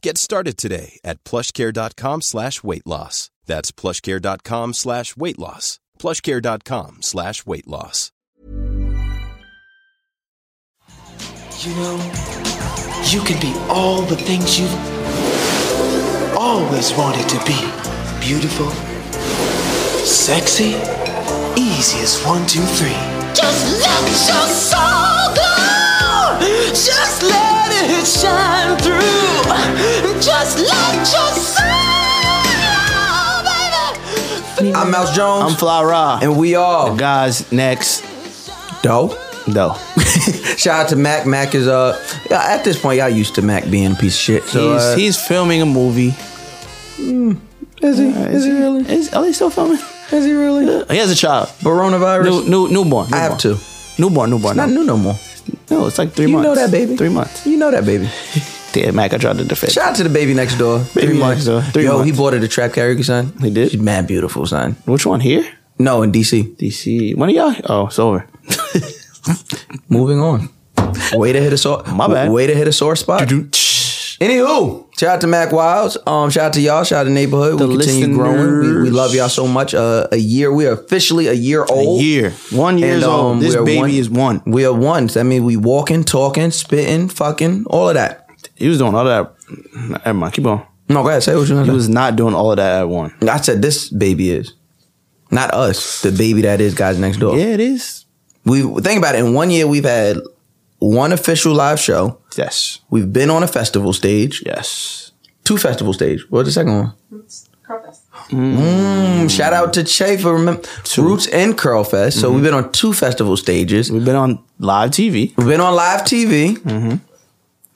Get started today at plushcare.com slash weight loss. That's plushcare.com slash weight loss. Plushcare.com slash weight loss. You know, you can be all the things you've always wanted to be. Beautiful, sexy, easy as one, two, three. Just let your soul go! Just let it shine through! Just let your soul, baby! I'm Mouse Jones. I'm Fly Ra. and we The all guys next dope. though. Shout out to Mac. Mac is uh yeah, at this point y'all used to Mac being a piece of shit. So he's uh, he's filming a movie. Mm. Uh, is he is he really Is, are they still filming? is he really He has a child. coronavirus? New, new, newborn. I have newborn. two. Newborn, newborn. Not new no more. No, it's like three You months. know that baby. Three months. You know that baby. Damn, Mac, I tried to defend. Shout out to the baby next door. Baby Three next months. door. Three Yo, he months. bought her the trap karaoke son. He did? She's mad beautiful son. Which one here? No, in DC. DC. One of y'all? Oh, it's over. Moving on. Way to hit a sore. My bad. Way to hit a sore spot. Anywho, shout out to Mac Wilds. Um, shout out to y'all. Shout out to neighborhood. The we continue growing. We, we listeners. love y'all so much. Uh, a year. We are officially a year old. year. One years um, old. This we are baby is one. We are one. That means we walking, talking, spitting, fucking, all of that. He was doing all that. Never mind. Keep on. No, go ahead. Say what you He want. was not doing all of that at one. I said this baby is. Not us. The baby that is guys next door. Yeah, it is. We think about it. In one year, we've had one official live show. Yes. We've been on a festival stage. Yes. Two festival stage. What's the second one? Mm, shout out to Che for remember Roots and Curl Fest. So we've been on two festival stages. We've been on live TV. We've been on live TV.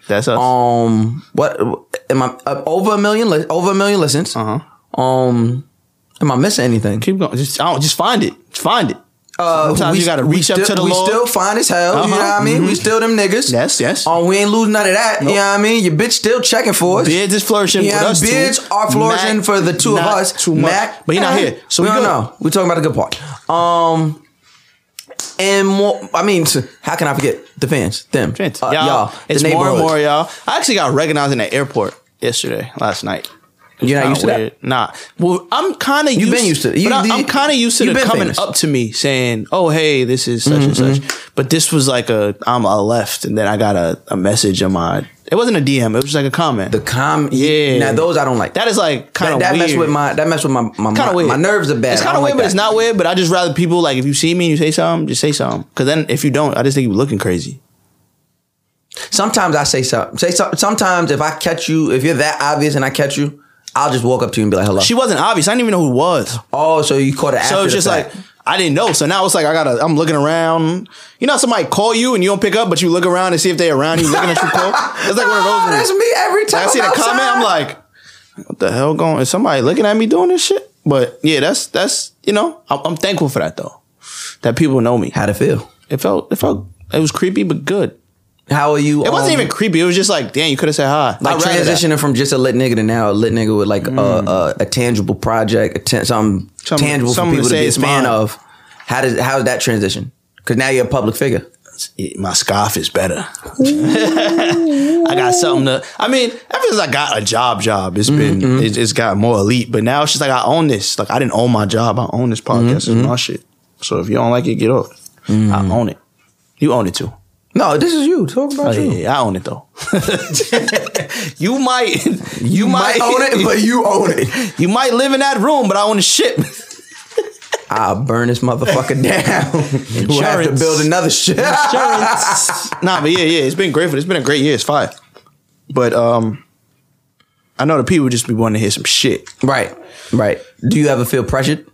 That's us. Um, what am I uh, over a million? Li- over a million listens. uh huh. Um, am I missing anything? Keep going. Just, I don't, just find it. Just find it. Uh, Sometimes you gotta we reach up still- to the We Lord. still fine as hell. You Uh-huh. know what I mean? We Mhm. still them niggas. Yes, yes. Um, we ain't losing none of that. You know what I mean? Your bitch still checking for us. Beards is flourishing Yeah, with us beards two. are flourishing Mac, for the two of not us. too much. Mac, But he not eh, here, so we, we don't good. know. We're talking about the good part. Um, and more. I mean, t- how can I forget the fans? Them, Trent, Uh, y'all, the it's more and neighborhood. more, y'all. I actually got recognized in the airport yesterday, last night. You're not Kinda used to that? Nah. Well, I'm kind of. You've been used to it. You- but I, you- I'm kind of used to you've the been coming famous. Mm-hmm. up to me saying, "Oh, hey, this is such and such." But this was like a I'm a left, and then I got a, a message on my. It wasn't a DM. It was just like a comment. The com. Yeah. Now those I don't like. that is like kind that, of that weird. messed with my that messed with my my, kind my, of weird. my nerves are bad. It's I kind of don't weird, like but it's that. not weird. But I just rather people like if you see me and you say something, just say something. Because then if you don't, I just think you're looking crazy. Sometimes I say something. Say something. Sometimes if I catch you, if you're that obvious and I catch you, I'll just walk up to you and be like, "Hello." She wasn't obvious. I didn't even know who it was. oh, so you caught it after So it's the just fact. like I didn't know. So now it's like I gotta. I'm looking around. You know, how somebody call you and you don't pick up, but you look around and see if they're around. You looking at your call. It's like one of Oh, those. that's ones. me every time. I see the I'm outside. comment. I'm like, what the hell going? Is somebody looking at me doing this shit? But yeah, that's that's you know, I'm, I'm thankful for that though. That people know me. how'd it feel? It felt it felt it was creepy but good. How are you? It wasn't um, even creepy. It was just like, damn, you could have said hi. like I rather that. transitioning from just a lit nigga to now a lit nigga with like a, a, a tangible project, a ten, something, Some- tangible for something to people to say be a it's fan mine. of. How does how's that transition? Because now you're a public figure. Yeah, my scarf is better. I got something to. I mean, ever since I got a job, job, it's been it's, it's got more elite. But now it's just like I own this. Like I didn't own my job. I own this podcast. It's my shit. So if you don't like it, get off. I own it. You own it too. No, this is you. Talk about Oh, you. yeah, yeah, I own it though. you might, you, You might own it, but you own it. you might live in that room, but I own the ship. I'll burn this motherfucker down. we'll have to Insurance. build another shit. nah, but yeah, yeah, it's been great for It's been a great year. It's fire. But um, I know the people just be wanting to hear some shit. right, right. Do you ever feel pressured?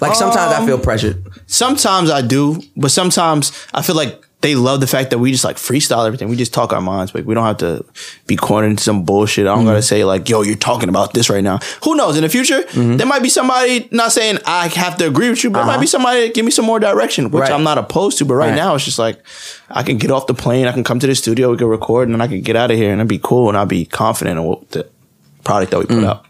Like sometimes I feel Um, pressured. Sometimes I do, but sometimes I feel like they love the fact that we just like freestyle everything. We just talk our minds. Like we don't have to be cornered into some bullshit. I don't Mm-hmm. gotta say like, yo, you're talking about this right now. Who knows? In the future, Mm-hmm. there might be somebody not saying I have to agree with you, but it might be somebody that give me some more direction, which Uh-huh. Right. I'm not opposed to. But right, Right. now it's just like I can get off the plane, I can come to the studio, we can record, and then I can get out of here and it'd be cool and I'll be confident in what the product that we Mm. put out.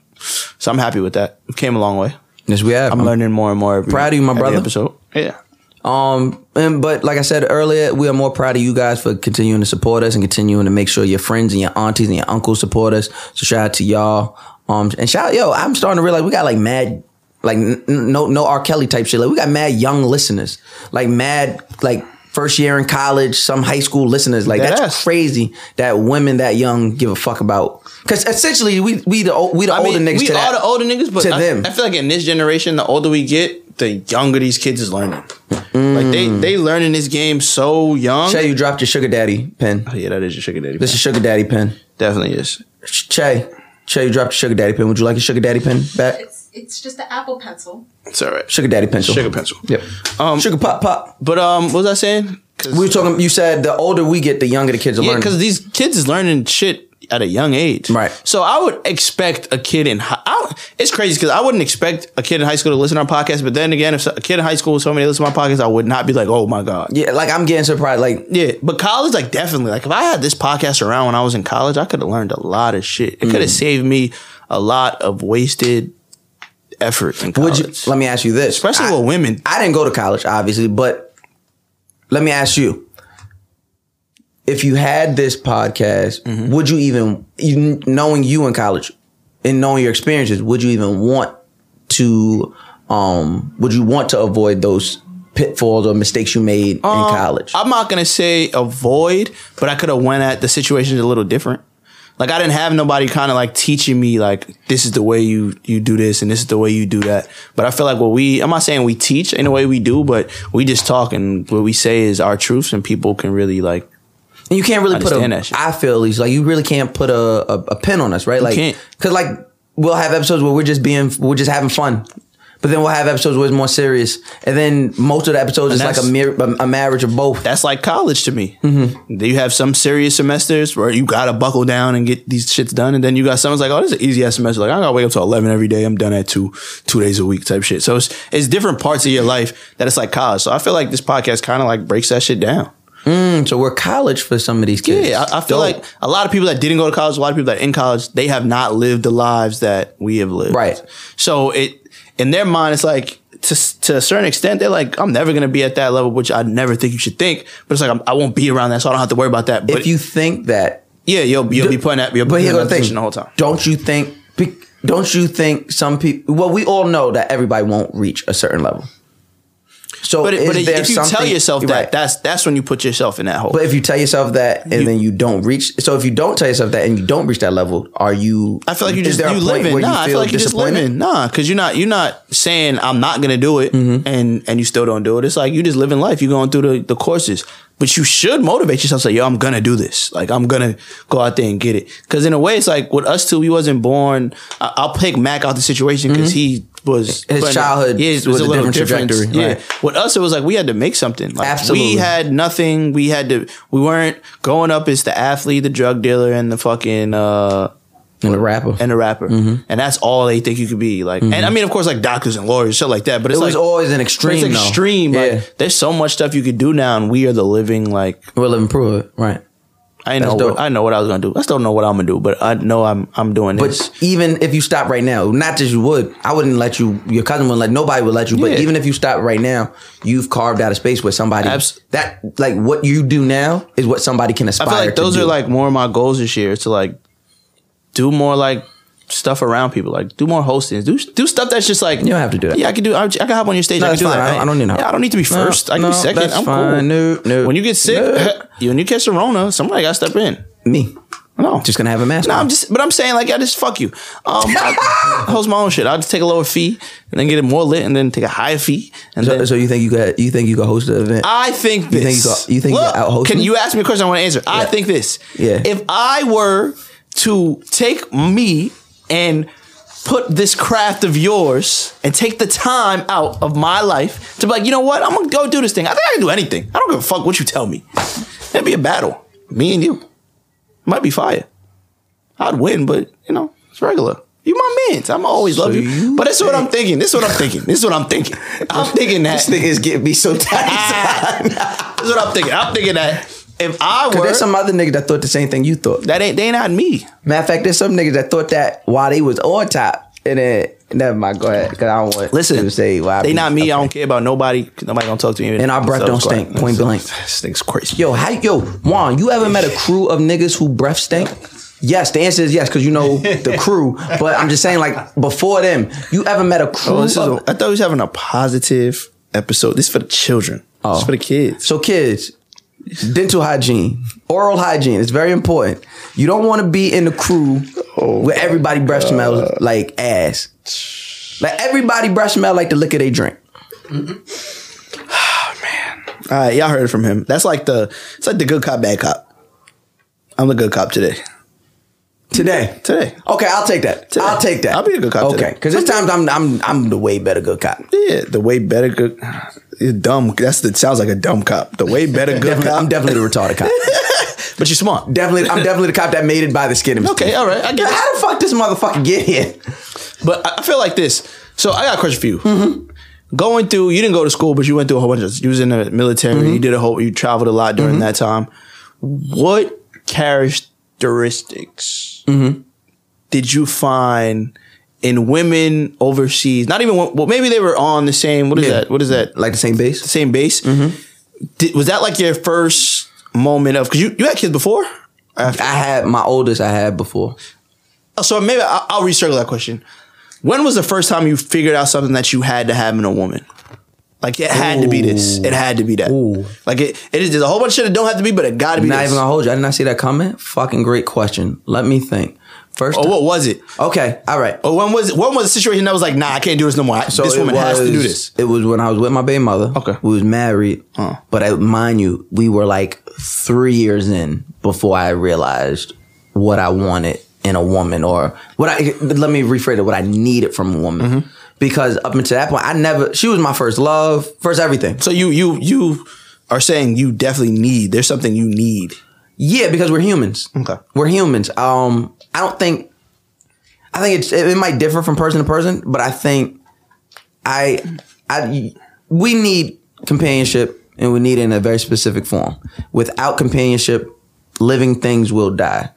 So I'm happy with that. We came a long way. Yes, we have. I'm learning more and more. Every, Uh-huh. Proud of you, my every brother. Episode. Yeah. Um, and but like I said earlier, we are more proud of you guys for continuing to support us and continuing to make sure your friends and your aunties and your uncles support us. So shout out to y'all. Um, and shout out, yo, I'm starting to realize we got like mad, like n- n- no no R. Kelly type shit. Like we got mad young listeners, like mad like first year in college, some high school listeners. Like Dead that's ass. crazy that women that young give a fuck about. Because essentially, we we the ol- we the I older mean, niggas we to are that. the older niggas, but to I, them. I feel like in this generation, the older we get, the younger these kids is learning. Like they Mm. they learning this game so young. Oh, Che, you dropped your sugar daddy pin. yeah, that is your sugar daddy. This is sugar daddy pin. definitely is. Che, Che, you dropped your sugar daddy pin. Would you like your sugar daddy pin back? It's it's just the Apple Pencil. It's all right. Sugar daddy pencil. Sugar pencil. Yep. Um, sugar pop pop. But um, what was I saying? We were talking. You said the older we get, the younger the kids are Yeah, because learning. these kids is learning shit at a young age. Right. So I would expect a kid in high. I, don't- it's crazy because I wouldn't expect a kid in high school to listen to our podcast. But then again, if so- a kid in high school told me to listen to my podcast, I would not be like, oh my god. Yeah, like I'm getting surprised. Like Yeah, but college, like definitely, like if I had this podcast around when I was in college, I could have learned a lot of shit. It could Mm. have saved me a lot of wasted effort in Would college. you? Let me ask you this. Especially I, with women. I didn't go to college, obviously, but let me ask you: If you had this podcast, would you even, you, knowing you in college and knowing your experiences, would you even want to? Um, would you want to avoid those pitfalls or mistakes you made in college? I'm not gonna say avoid, but I could have went at the situation a little different. Like I didn't have nobody kind of like teaching me like this is the way you you do this and this is the way you do that. But I feel like what we I'm not saying we teach in a way we do, but we just talk and what we say is our truths and people can really like And you can't really put Understand a. that shit. I feel at least like you really can't put a a, a pin on us, right? like, can't. cause like we'll have episodes where we're just being, we're just having fun. But then we'll have episodes where it's more serious, and then most of the episodes is like a, that's- mir- a a marriage of both. that's like college to me. Mm-hmm. You have some serious semesters where you gotta buckle down and get these shits done, and then you got someone's like, "Oh, this is an easy ass semester. Like I gotta wake up till eleven every day. I'm done at two, two days a week type shit." So it's it's different parts of your life that it's like college. So I feel like this podcast kind of like breaks that shit down. So we're college for some of these kids. Yeah, I, I feel Dope. like a lot of people that didn't go to college, a lot of people that in college, they have not lived the lives that we have lived. Right. So it in their mind, it's like to to a certain extent, they're like, I'm never gonna be at that level, which I never think you should think. But it's like I'm, I won't be around that, so I don't have to worry about that. But if you think that, yeah, you'll you'll be putting that you'll be but putting here's that the thing: position the whole time. Don't you think? be- Don't you think some people? Well, we all know that everybody won't reach a certain level. So, But, it, is but there if you tell something- yourself that, Right. that's that's when you put yourself in that hole. But if you tell yourself that and then you don't reach, so if you don't tell yourself that and you don't reach that level, are you? I feel like you is just there a you point living. where Nah, I feel like you just disappointed? living. Nah, because you're not you're not saying I'm not gonna do it, Mm-hmm. and and you still don't do it. It's like you just living life. You're going through the, the courses, but you should motivate yourself. Say, yo, I'm gonna do this. Like I'm gonna go out there and get it. Because in a way, it's like with us two, we wasn't born. I, I'll pick Mac out the situation because he was Mm-hmm. His but- childhood Yeah, it was was a a little different different. trajectory, Yeah, right. with us, it was like we had to make something. Like, Absolutely. we had nothing. We had to. We weren't growing up as the athlete, the drug dealer, and the fucking. uh And a rapper. and a rapper, Mm-hmm. and that's all they think you could be. Like, and I mean, of course, like doctors and lawyers, shit like that. But it it's was like always an but extreme. it's though. extreme. yeah. Like, there's so much stuff you could do now, and we are the living. Like, we'll live and prove it, right? I That's know, dope. what, I know what I was gonna do. I still know what I'm gonna do, but I know I'm I'm doing But this. even if you stop right now, not that you would, I wouldn't let you. Your cousin wouldn't let nobody would let you. But Yeah. even if you stop right now, you've carved out a space where somebody Abs- that like what you do now is what somebody can I aspire. feel like those to are do. like more of my goals this year to like do more like stuff around people, like do more hostings, do do stuff that's just like you don't have to do that. Yeah, I can do. I, I can hop on your stage. No, I can it's do fine. that. I don't- I don't need help. Yeah, I don't need to be No, first. I can no, be second. that's I'm fine. cool. No, no, when you get sick, no. when you catch a Rona, somebody got to step in. me. No. Just gonna have a mask No, on. I'm just, but I'm saying like I just fuck you. Um, I, I host my own shit. I'll just take a lower fee and then get it more lit and then take a higher fee and So, then. so you think you got you think you could host the event? I think this. think you got- you think you Look, out-hosted Can me? you ask me a question? I want to answer. I Yeah. think this. Yeah. If I were to take me and put this craft of yours and take the time out of my life to be like, you know what? I'm gonna go do this thing. I think I can do anything. I don't give a fuck what you tell me. It'd be a battle, me and you. Might be fire. I'd win, but you know, it's regular. You my man. I'm always love you. you But this is what I'm thinking. This is what I'm thinking. This is what I'm thinking. I'm thinking that this nigga is getting me so tight. that's what I'm thinking. I'm thinking that if I Cause were there's some other niggas that thought the same thing you thought. that ain't they not me. Matter of fact, there's some niggas that thought that while they was on top, and then never mind. Go ahead, cause I don't want Listen, to say why they I be- not me. I don't care about nobody. 'cause Nobody gonna talk to me. And our breath So don't it's quiet. stink, point blank. This thing's crazy. Yo, how yo Juan? You ever met a crew of niggas who breath stink? Yes, the answer is yes, cause you know the crew. But I'm just saying, like before them, you ever met a crew? Oh, this is a, of, I thought we was having a positive episode. This is for the children. This is for the kids. So kids, dental hygiene, oral hygiene is very important. You don't want to be in the crew Oh where everybody breath smells like ass. Like everybody breath smell like the liquor they drink. All right, y'all heard it from him. That's like the it's like the good cop, bad cop. I'm the good cop today. Today. Today. Okay, I'll take that. Today. I'll take that. I'll be a good cop Okay, today. because this time I'm I'm I'm the way better good cop. Yeah, the way better good. You're dumb. That's the sounds like a dumb cop. The way better good Definitely, cop. I'm definitely the retarded cop. but you're smart. definitely, I'm definitely the cop that made it by the skin of his Okay, teeth. all right, I get it. How the fuck this motherfucker get here? But I I feel like this. So I got a question for you. Going through, you didn't go to school, but you went through a whole bunch of. You was in the military. You did a whole. You traveled a lot during that time. What characteristics did you find in women overseas? Not even. wo- Well, maybe they were on the same. What is Yeah. that? What is that? Like the same the base? same base. Did, was that like your first moment of? Because you you had kids before. I had my oldest. I had before. So maybe I'll, I'll recircle that question. When was the first time you figured out something that you had to have in a woman? Like it had to be this. It had to be that. Ooh. Like it, it is. There's a whole bunch of shit that don't have to be, but it got to be. Not this. even gonna hold you. I did not see that comment. Fucking great question. Let me think. First, or what was it? okay, all right. Or when was it? When was the situation that was like, nah, I can't do this no more. I- this it woman has to do this. It was when I was with my baby mother. Okay. we was married, but I mind you, we were like three years in before I realized what I wanted in a woman, or what I let me rephrase it, what I needed from a woman. Because up until that point, I never. She was my first love, first everything. So you you you are saying you definitely need. There's something you need. Yeah, because we're humans. Okay. We're humans. Um, I don't think. I think it's it, it might differ from person to person, but I think I I we need companionship and we need it in a very specific form. Without companionship, living things will die.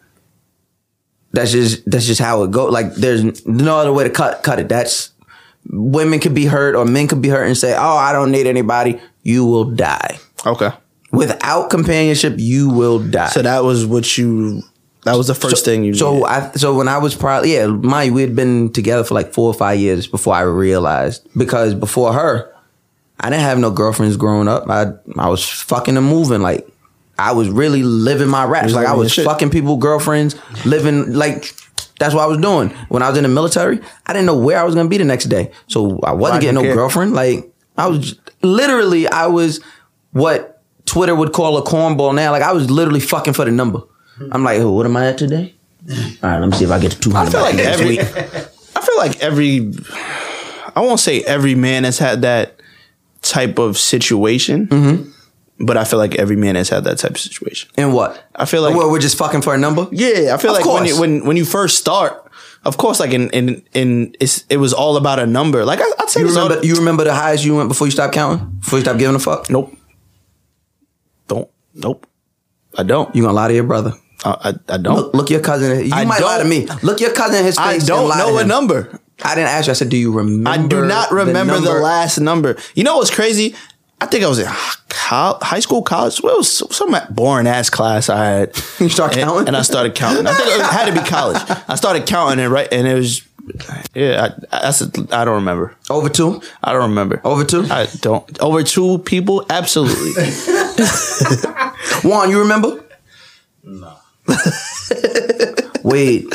That's just that's just how it goes. Like there's no other way to cut cut it. That's women could be hurt or men could be hurt and say, "Oh, I don't need anybody." You will die. Okay. Without companionship, you will die. So that was what you. That was the first thing you. So needed. I so when I was probably yeah, my we had been together for like four or five years before I realized because before her, I didn't have no girlfriends growing up. I I was fucking and moving like I was really living my raps. Like living I your was shit. fucking people, girlfriends, living like that's what I was doing. When I was in the military, I didn't know where I was gonna be the next day. So I wasn't Why getting you no care? girlfriend. Like I was j- literally I was what Twitter would call a cornball now. Like I was literally fucking for the number. I'm like, oh, what am I at today? All right, let me see if I get to 200 I feel by like the next every, week. I feel like every, I won't say every man has had that type of situation, but I feel like every man has had that type of situation. And what? I feel like- Well, we're just fucking for a number? Yeah, I feel Of like when you, course. when when you first start, of course, like in in in it's, it was all about a number. Like I, I'd say You this all- remember, you remember the highs you went before you stopped counting? Before you stopped giving a fuck? nope, don't nope, I don't, You gonna lie to your brother. I I, I don't, Look, look your cousin. You I might lie don't- to me. Look your cousin in his I face. and don't lie to know a him. number. I didn't ask you. I said, do you remember? I do not remember the, number? last number. You know what's crazy? I think I was in hi- col- high school, college. Well, it was some boring ass class I had. You start and, counting? and I started counting. I think it had to be college. I started counting and right, and it was yeah. I, I, that's a, I don't remember. Over two? I don't remember. Over two? I don't over two people. Absolutely. Juan, you remember? Wade.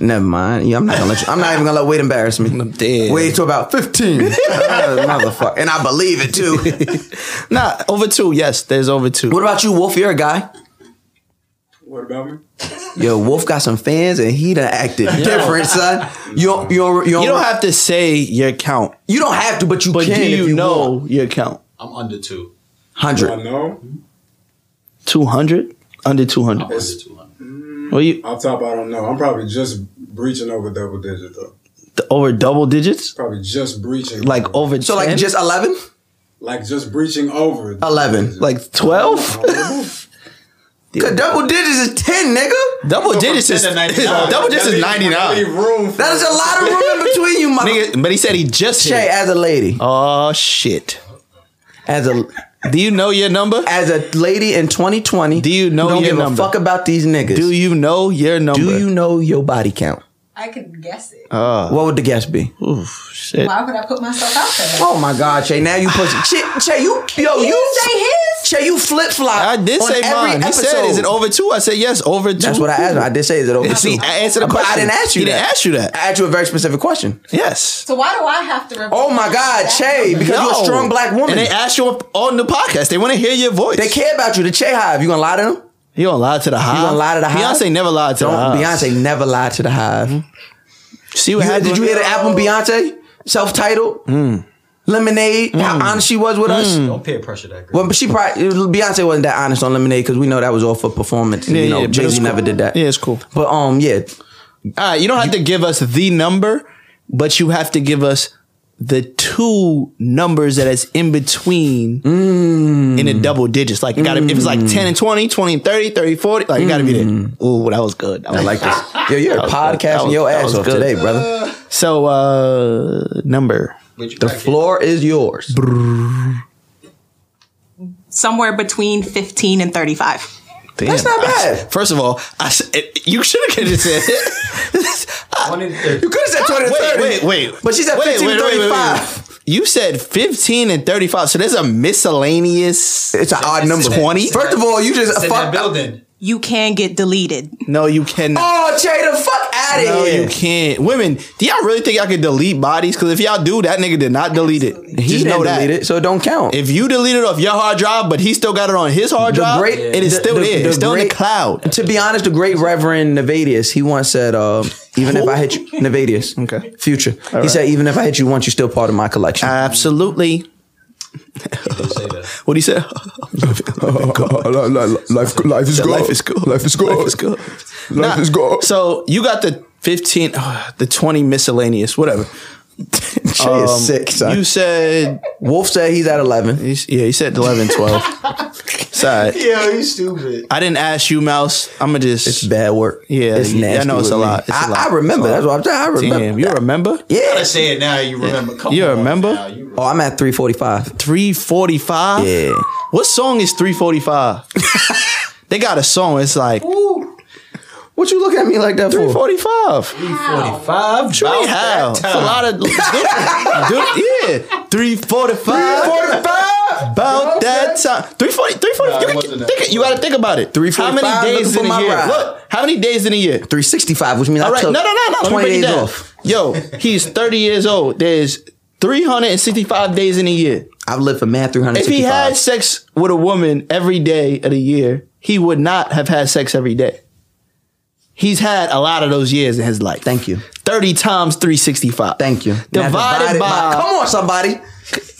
Never mind. Yeah, I'm not gonna let you. I'm not even gonna let Wade embarrass me. I'm dead. Wade to about 15. Uh, Motherfucker. And I believe it too. Nah, over two. Yes, there's over two. what about you, Wolf? You're a guy. What about me? Yo, Wolf got some fans and he done acted different, son. You don't, you don't, you don't, You don't have to say your count, you don't have to, but you but can. do you, if you know want. your count? I'm under two. I 100. know. Two hundred, under two I'm hundred. under two hundred. Well, you Off top, I don't know. I'm probably just breaching over double digit though. th- over double digits, Probably just breaching. like over. over So, like, 10? just 11? Like just breaching over. 11. like twelve. Cause double digits is 10, nigga. Double digits is double digits is ninety nine. Room. for- That is a lot of room in between you, my Nigga, but he said he just hit. Shay, it. as a lady, Oh shit! as a Do you know your number? as a lady in 2020, Do you know don't your give number? a fuck about these niggas? Do you know your number? Do you know your body count? I could guess it. What would the guess be? Shit. Why would I put myself out there? Oh my God, Shay! Now you pussy. Shay, Shay, you yo, He you didn't say his. Shay, you flip flop. I did say mine. He said, "Is it over two? I said yes, over two. That's what I asked. Him. I did say, "Is it over?" See, two? I answered the But I question. didn't ask you. He that. didn't ask you that. I asked you a very specific question. Yes. So why do I have to? Oh my God, Shay! Because you're a No. strong black woman. And they They, asked you on the podcast. They want to hear your voice. care about you. The Che Hive. You gonna lie to them? You gonna lie to the hive? You gonna lie to the hive? Beyonce never lied to Don't. the hive. Hmm. Beyonce never lied to the Hive. See what You- happened? did you hear the album Beyonce? Self titled. Hmm. Lemonade. How honest she was with us. Don't peer pressure that girl. Well, but she probably Beyonce wasn't that honest on Lemonade because we know that was all for performance. and, Yeah, you know, yeah, but Jay it's Z cool. never did that. Yeah, it's cool. But um, yeah, All right, you don't have to give us the number, but you have to give us the two numbers that is in between in Mm. the double digits. Like, you gotta, if it's like 10 and 20, 20 and 30, 30, 40, like, you gotta be there. Ooh, that was good. I Mm. I like this. Yo, you're was good. That podcasting was- your that ass was off good. today, brother. So, uh, number. But you The gotta get- floor is yours. Somewhere between 15 and 35. Damn. That's not I- bad. first of all, I, s- it- you should have just said One in thirty. You could have said 20 to 30. Wait, wait, wait. But she said Wait, 15 wait, wait, wait, wait. 35. You said 15 and 35. So there's a miscellaneous. It's an odd number. 20? First of all, you just It's in that fuck. building. You can get deleted. No, you cannot. Oh, Che, the fuck out of no, here. you can't. Women, do y'all really think y'all can delete bodies? Because if y'all do, that nigga did not delete it. He just didn't know that. delete it, so it don't count. If you delete it off your hard drive, but he still got it on his hard The drive, great- it is the- still the- there. the it's still in great- the cloud. to be honest, the great Reverend Nevadius, he once said, uh, even if I hit you, Nevadius, Okay. Uh, future, he said, even if I hit you once, you're still part of my collection. Absolutely. Don't say that. What he said? life, life is Life is good. Life is good. Nah, So you got the 15, uh, the 20 miscellaneous, whatever. Che Um, is sick, son. You said, Wolf said he's at 11. he's- yeah, you said 11, 12. Sorry. Yeah, you stupid. I didn't ask you, Mouse. I'm going to just. It's bad work. Yeah, it's yeah, I nasty. know it's with a me. lot. It's a I, lot. I remember. That's what I'm saying. I remember. Damn, you remember? I Yeah. say it now. You remember? Come You on remember? now, you remember. Oh, I'm at 345. 345? Yeah. What song is 345? they got a song. It's like What you look at me like that for? 345. Forty-five. Sure we have. It's a lot of. Dude, yeah. 345. 345? About that time, 340, Nah, 340. you, it can- wasn't that. think it- you gotta think about it. 345, How many looking days for in a my year? ride. Look, how many days in a year? 365, which means All I right, no, no, took no, no. Let me 20 break it days down. off. Yo, he's 30 years old. There's 365 days in a year. I've lived for mad If 365. he had sex with a woman every day of the year, he would not have had sex every day. He's had a lot of those years in his life. Thank you. 30 times 365. Thank you. Now Divided, by, Come on, somebody. Oh,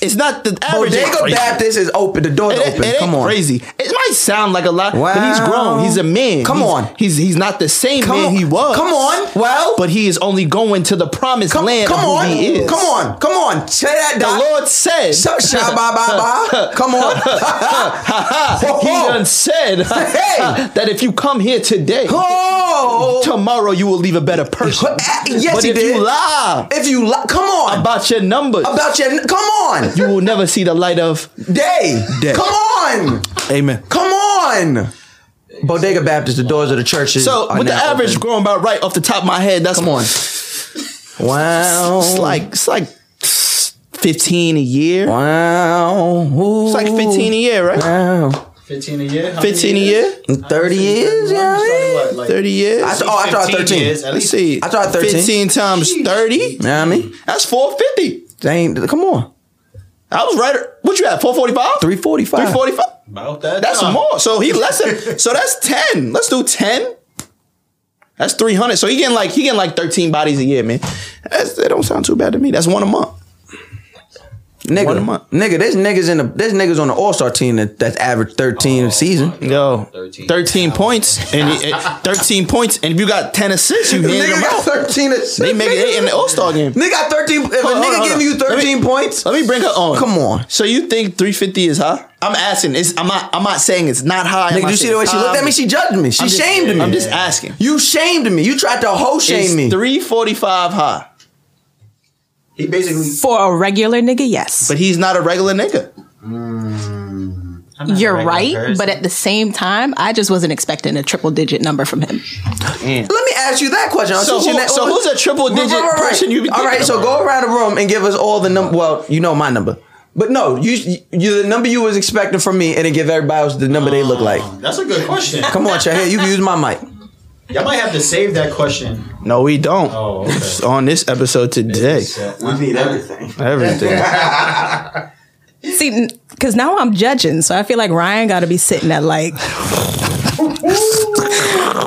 It's not the average. is Bodega crazy. Baptist is open. The door's It, it, open. it ain't Come on. crazy. It might sound like a lot, but he's Wow. grown. He's a man. Come He's- on. He's he's not the same Come man on. he was. Come on. Well- but he is only going to the promised Come, land. come of who on. he is. Come on. Come on. Say that, The Doc. Lord said. Sha- sha- ba- ba- ba. Come on. Ho, he ho. done said Hey. that if you come here today, Oh. tomorrow you will leave a better person. Ah, Yes, but he if did. you lie If you li- come on about your numbers, about your come on you will never see the light of. day. Day. Come on. Amen. Come on. Bodega Baptist, the doors of the churches. So, are with the now average open. growing about right off the top of my head, that's Come on. Oh. Wow. It's like it's like fifteen a year. Wow. It's like fifteen a year, right? Wow. Fifteen a year. How many Fifteen a years? year, In thirty years, Mine yeah. started, what, like, thirty years. I, oh, I tried 15 thirteen. years, at Let's least. see. I tried 13. Fifteen times thirty. You know what I mean? That's four fifty. They ain't, come on. I was right. What you at? Four forty five. 345. Three forty five. About that. That's time. more. So he less than. so that's ten. Let's do ten. That's three hundred. So he getting like he getting like thirteen bodies a year, man. That's, that don't sound too bad to me. That's one a month. Nigga, One a month. nigga, there's niggas in the there's niggas on the All Star team that, that's average thirteen a season. Oh, Yo, 13. 13, points and he- and thirteen points, and if you got ten assists, you hand Nigga them got out. thirteen. assists, They make it eight in the All Star game. Nigga got thirteen. If Hold a on, hold nigga on, giving you hold on. Let me- thirteen points, Let me bring her on. Come on. So you think three fifty is high? I'm asking. It's, I'm not. I'm not saying it's not high. I'm nigga, not did you see saying the way it's she high. looked at me? She judged me. She I'm just- shamed me. I'm just asking. You shamed me. You tried to whole shame me. Three forty five high, He basically. For a regular nigga, yes. but he's not a regular nigga. I'm not a You're regular right, person. but at the same time, I just wasn't expecting a triple digit number from him. Let me ask you that question. So Since who- you ne- so who's a triple digit person you be All right, thinking so about? go around the room and give us all the number. Well, you know my number, but no, you you the number you was expecting from me, and then give everybody else the number they look like. Oh, that's a good question. Come on, Chad. Here, you can use my mic. Y'all might have to save that question. No, we don't. Oh, okay. It's on this episode today, We need everything. everything. See, because now I'm judging, so I feel like Ryan got to be sitting at like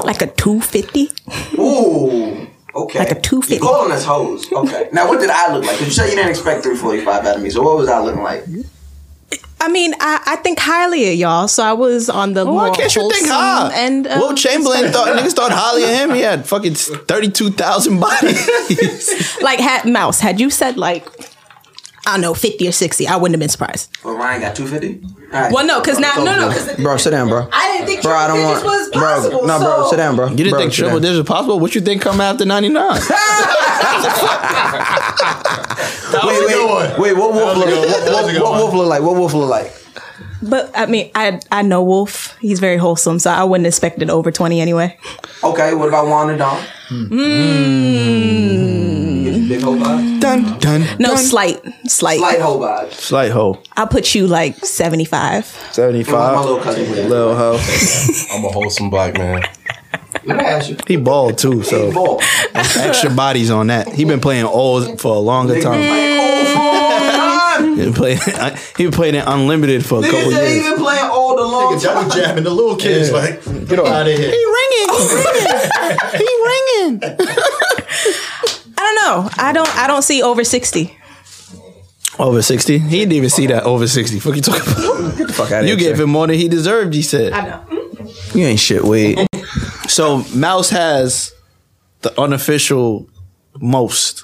like a two fifty, Ooh. Okay. like a two fifty. calling us hoes. Okay. Now, what did I look like? 'Cause you said you didn't expect 345 out of me. So, what was I looking like? I mean, I, I think highly of y'all, so I was on the Why more can't you think high? wholesome and um, Will Chamberlain thought niggas thought highly of him. He had fucking thirty two thousand bodies. like had mouse. Had you said like I don't know fifty or sixty, I wouldn't have been surprised. Well, Ryan got 250? All right. Well, no, because now no no. 'cause- Bro, sit down, bro. I didn't think Bro, I don't triple digits want. was Bro, possible. no, bro, so- sit down, bro. you didn't Bro, think sit triple down. digits was possible? What you think come after ninety nine? Wait, wait, wait. What wolf look? What, what, what wolf look like? What wolf look like? But I mean, I I know Wolf. He's very wholesome, so I wouldn't expect it over twenty anyway. Okay, what about Juan and Don? Hmm. Mmm. Big hoe vibes. dun dun. No, dun. slight, slight. Light hoe vibes. slight hoe. I'll put you like seventy five. Seventy My little five. cousin. with it. Little hoe. I'm a wholesome black man. Let me ask you. He bald too, Hey, so ball. extra bodies on that. He been playing old for a longer time. He been playing, he been playing it unlimited for a couple Niggas ain't years. even playing all the long time. Johnny jabbing the little kids like, get out of here. He ringing. I don't know. I don't. I don't see over sixty. Over sixty? He didn't even see that over sixty. Fuck you talking about? Get the fuck out of You gave him more than he deserved. He said. You ain't shit, Wade. So Mouse has the unofficial most.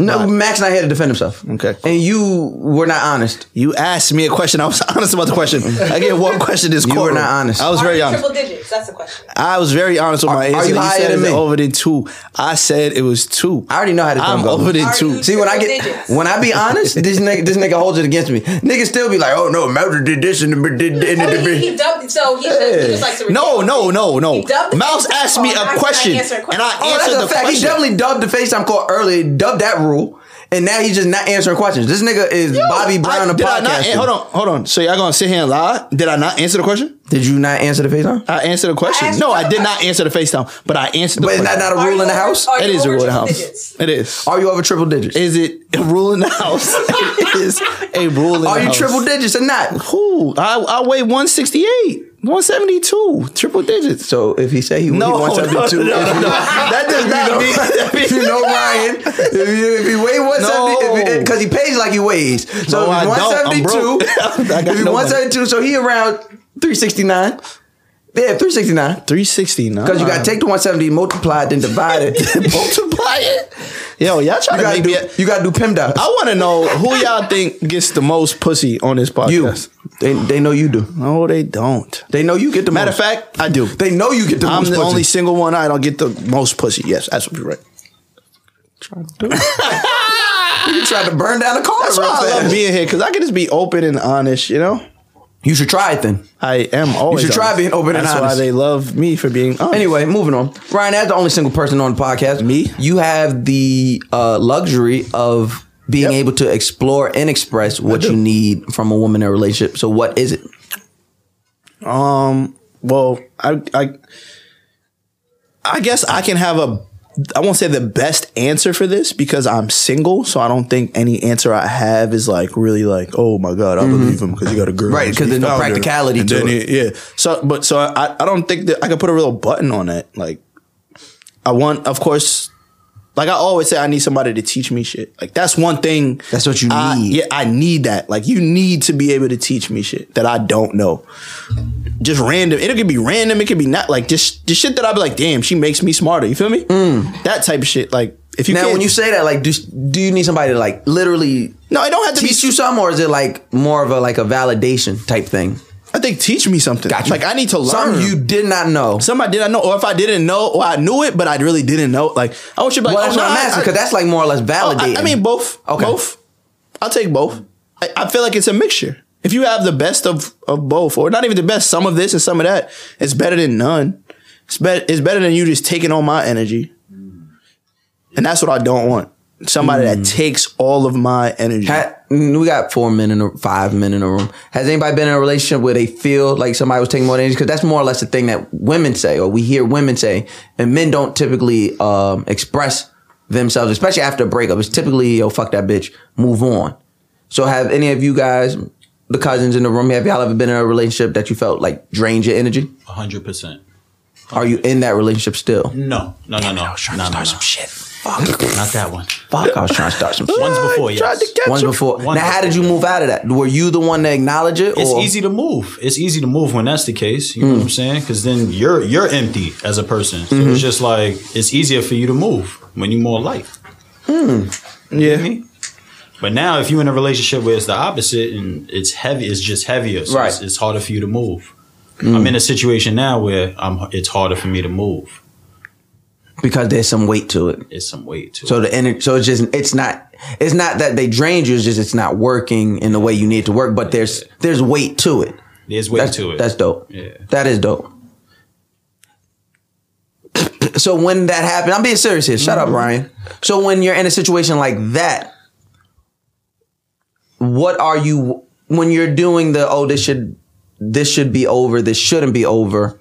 No, Max not here to defend himself. Okay. And you were not honest. You asked me a question. I was honest about the question. I get one question this You were quarter. not honest. I was very honest. Triple digits. That's the question. I was very honest with my answer. are you higher said than it's me? Over than two. I said it was two. I already know how this I'm gonna go. over than Are two. you- See when I get Digits. when I be honest, this nigga this nigga holds it against me. Niggas still be like, oh no, Melder did this and the and the- and Oh, he, the he dubbed it, so he, just, he just likes to. No, no, no, no. He dubbed Oh, the Mouse FaceTime asked me call, a not question, answer a question. and I Oh, answered that's a the fact. question. He definitely dubbed the FaceTime call early, dubbed that rule, and now he's just not answering questions. This nigga is Bobby Brown I, of did I not? podcasting. Hold on, hold on. So y'all gonna sit here and lie? Did I not answer the question? Did you not answer the FaceTime? I answered the question. asked no, you I did the not answer the FaceTime, but I answered the But is question. that not a Are rule you in the over- house? are It you is over a rule in the triple house. digits? It is. Are you over triple digits? Is it a rule in the house? it is a rule in Are the you house. triple digits or not? Who? I, I weigh 168, 172, triple digits. So if he say he, he wants up to two, if you know- That does not mean. that if you means- know Ryan, if, you, if he weigh No. 170, because he pays like he weighs. So No, I if don't. I'm he's broke. 172, I got if he's no money. 172, so he around 369. Yeah, 369. 369. Because you got to take the 170, multiply it, then divide it. you multiply it. Yo, y'all trying to got to make do, me. a- you gotta do PEMDAS. I want to know who y'all think gets the most pussy on this you. podcast. They, they know you do. No, they don't. They know you get the Matter of most. fact, I do. they know you get the I'm most the pussy. only single one I don't get the most pussy. Yes, that's what you're right. You tried to burn down a car. That's why I love being here because I can just be open and honest. You know, You should try it then. I am always. should try honest. being open and That's honest. why they love me for being honest. Anyway, moving on. Ryan, as the only single person on the podcast, Me? you have the uh, luxury of being Yep. able to explore and express what you need from a woman in a relationship. So, what is it? Um. Well, I, I, I guess I can have a. I won't say the best answer for this because I'm single, so I don't think any answer I have is like really like, oh my god, I believe him because you got a girl, Mm-hmm. Right, 'cause there's no Found her. practicality And to then it. he- yeah. So, but so I, I don't think that I could put a real button on it. Like, I want, of course, like I always say, I need somebody to teach me shit. Like that's one thing. That's what you I- need. yeah, I need that. Like you need to be able to teach me shit that I don't know. Just random. It could be random. It could be not like just the shit that I'd be like, damn, she makes me smarter. You feel me? That type of shit. Like if you Mm. now, can't- when you say that, like, do do you need somebody to like literally no, it don't have to teach be. you something, or is it like more of a like a validation type thing? I think teach me something. Got you. Like I need to learn. Something you did not know. Some I didn't know, or if I didn't know, or I knew it, but I really didn't know. Like I want you to be like, well, oh, that's no, what I'm I- asking I- because that's like more or less Oh, I- validating. I, mean both. Okay. Both. I'll take both. I, I feel like it's a mixture. If you have the best of, of both, or not even the best, some of this and some of that, it's better than none. It's better it's better than you just taking on my energy. And that's what I don't want. Somebody that takes all of my energy. Mm. Ha- mm, we got four men in a, five men in a room. Has anybody been in a relationship where they feel like somebody was taking more energy? Because that's more or less the thing that women say, or we hear women say, and men don't typically um, express themselves, especially after a breakup. It's typically yo, fuck that bitch, move on. So have any of you guys, the cousins in the room, have y'all ever been in a relationship that you felt like drained your energy? hundred percent. Are you in that relationship still? No, no, no, no, no, no, no. shit. Fuck. not that one. Fuck. I was trying to start some shit. One's before, Tried to yes. catch Once you. before. One now, how did you before. move out of that? Were you the one to acknowledge it? It's or? easy to move. It's easy to move when that's the case. You know what I'm saying? Because then you're you're empty as a person. So it's just like it's easier for you to move when you're more light. Yeah. But now, if you're in a relationship where it's the opposite and it's heavy, it's just heavier. So it's, Right. it's harder for you to move. I'm in a situation now where I'm. It's harder for me to move. because there's some weight to it. It's some weight to So it. the energy, so it's just it's not it's not that they drained you. It's just it's not working in the way you need it to work. But there's there's weight to it. There's weight that's, to it. That's dope. Yeah. That is dope. so when that happened, I'm being serious here. Shut Mm-hmm. up, Ryan. So when you're in a situation like that, what are you when you're doing the oh this should this should be over, this shouldn't be over?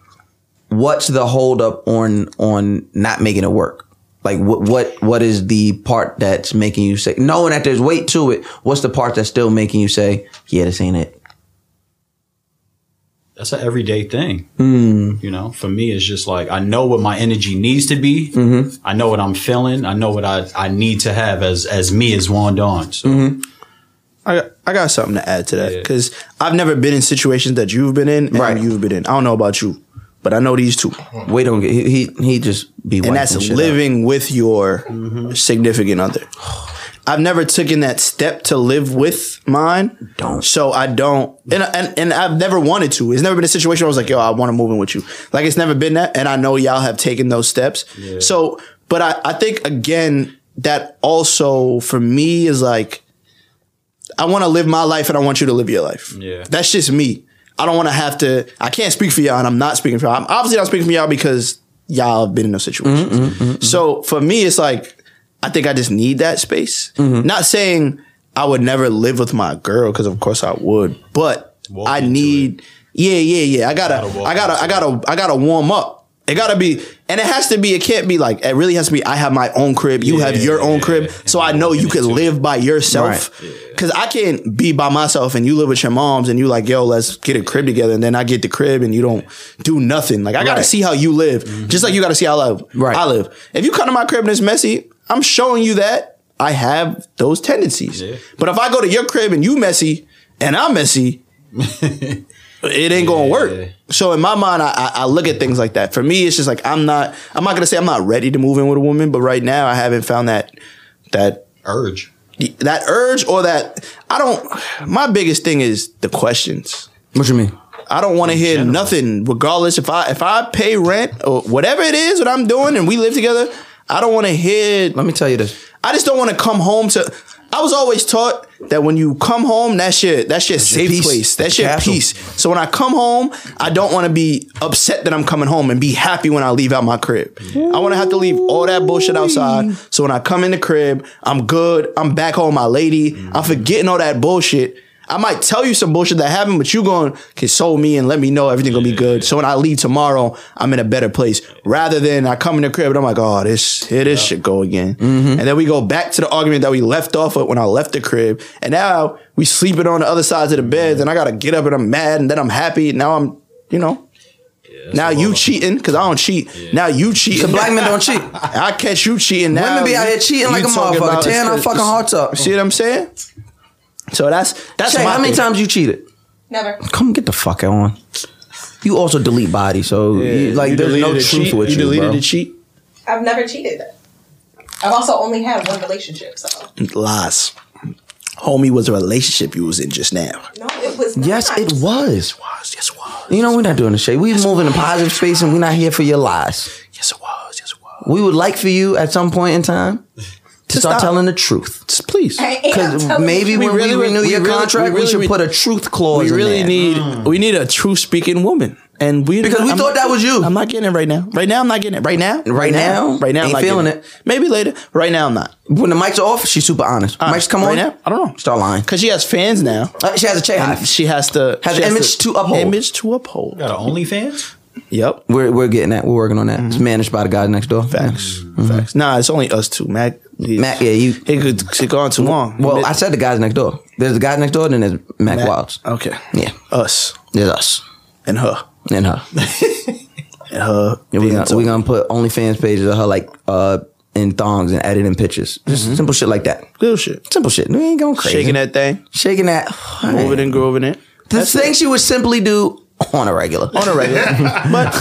What's the holdup on on not making it work? Like what what what is the part that's making you say knowing that there's weight to it? What's the part that's still making you say yeah this ain't it? that's an everyday thing. Hmm. You know, for me, it's just like I know what my energy needs to be. Mm-hmm. I know what I'm feeling. I know what I, I need to have as as me as Juan Dawn. So I, I got something to add to that Yeah. because I've never been in situations that you've been in and Right. you've been in. I don't know about you, but I know these two. Wait on he he, he just be and wiping that's shit up. Mm-hmm. living with your significant other. I've never taken that step to live with mine. Don't. So I don't, and and and I've never wanted to. It's never been a situation where I was like, "Yo, I want to move in with you." Like it's never been that, and I know y'all have taken those steps. So, but I I think again that also for me is like, I want to live my life, and I want you to live your life. Yeah. that's just me. I don't want to have to. I can't speak for y'all, and I'm not speaking for. y'all. I'm obviously not speaking for y'all because y'all have been in those situations. Mm-hmm. So for me, it's like I think I just need that space. Mm-hmm. Not saying I would never live with my girl because of course I would, but Walk I into need. Yeah, yeah, yeah. I gotta, Gotta walk I gotta, I into gotta, I gotta warm up. It gotta be, and it has to be. It can't be like it really has to be. I have my own crib. You have your own yeah, crib, yeah. so I know you can live by yourself. Cause I can't be by myself and you live with your moms and you like, yo, let's get a crib together. And then I get the crib and you don't do nothing. Like I gotta Right. Mm-hmm. see how you live. Just like you gotta see how I live. Right. I live. If you come to my crib and it's messy, I'm showing you that I have those tendencies. But if I go to your crib and you messy and I'm messy, it ain't gonna work. So in my mind, I, I, I look at things like that. For me, it's just like I'm not. I'm not gonna say I'm not ready to move in with a woman, but right now I haven't found that that urge. that urge or that I don't. My biggest thing is the questions. What you mean? I don't want to hear nothing, regardless if I if I pay rent or whatever it is that I'm doing and we live together. I don't want to hear. Let me tell you this. I just don't want to come home to. I was always taught that when you come home, that's your that's your safe peace. place. That's That's your your castle. peace. So when I come home, I don't want to be upset that I'm coming home and be happy when I leave out my crib. I want to have to leave all that bullshit outside. So when I come in the crib, I'm good. I'm back home, my lady. I'm forgetting all that bullshit. I might tell you some bullshit that happened, but you gonna console me and let me know everything gonna be good. So when I leave tomorrow, I'm in a better place. Rather than I come in the crib and I'm like, oh, this here this shit go again. And then we go back to the argument that we left off with when I left the crib. And now we sleeping on the other sides of the beds, and I gotta get up and I'm mad, and then I'm happy. Now I'm, you know. now you cheating because I don't cheat. Now you cheating. black men don't cheat. I catch you cheating now. Women be out here cheating You like a talking motherfucker, about- tearing our fucking hearts up. See what I'm saying? So that's that's Shay, my how many thing. times you cheated? Never. Come get the fuck on. You also delete body, so you, like You there's deleted no the truth cheat? with you, You deleted bro. the cheat. I've never cheated. I've also only had one relationship, so Lies. Homie was a relationship you was in just now. no, it was. Not. Yes, it was. Was yes it was You know we're not doing the shit. We moving in a positive space, and we're not here for your lies. yes it was yes it was. We would like for you at some point in time to start stop. telling the truth. Just please. I am Because telling maybe you. We when really- we renew we your really- contract, we we, really- should put a truth clause. We really in there. Mm. need we need a true speaking woman, and we Because we thought that was you. I'm not getting it right now. Right now I'm not getting it. Right now. Right now? Right now. I'm Ain't not getting feeling it. Maybe later. Right now I'm not. when the mics are off. She's super honest. mics come right on now? I don't know. Start lying. Cause she has fans now. Uh, she has a check. And she has to Has she an image to uphold. Image to uphold. Got an OnlyFans? Yep. We're we're getting that. We're working on that. It's managed by the guy next door. Mm-hmm. Mm-hmm. Facts. Facts. Nah, it's only us two. Mac. he- Mac, yeah, you- He could he gone too long. Well, I said the guys next door. There's the guys next door, then there's Mac, Mac- Wilds. Okay. Yeah. Us There's us and her and her. and her. And we're being gonna, so- we gonna put OnlyFans pages of her like uh in thongs and editing pictures. Just simple shit like that. little shit. Simple shit. We ain't going crazy. Mm-hmm. Shaking that thing, Shaking that. moving and grooving it. The thing she would simply do on a regular. On a regular. but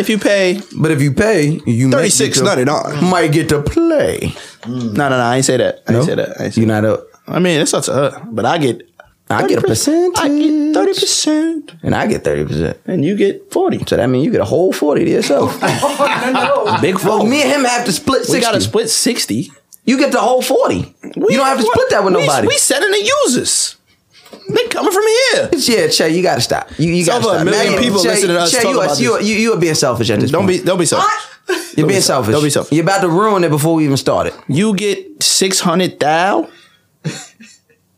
if you pay, But if you pay, you might 36 get to- not it on. Might get to play. no, no, no, I ain't say that. I ain't say that. I, ain't say You're that. not a. I mean, it's up to her, but I get. I get a 30%, I get thirty percent, And I get thirty percent. and you get forty. So that means you get a whole forty to yourself. Big Fuck, four. me and him have to split sixty. We got to split sixty. You get the whole forty. you don't have to split that with we, nobody. We sending the users. They coming from here. yeah, Che, you gotta stop. You, you It's gotta over a stop. million Now you- people Che, listening to us Che, talk you, are, about you, this. Are, you, you are being selfish at this Don't be point. don't be selfish. You're being be selfish. selfish. Don't be selfish. You're about to ruin it before we even started. You get six hundred thou.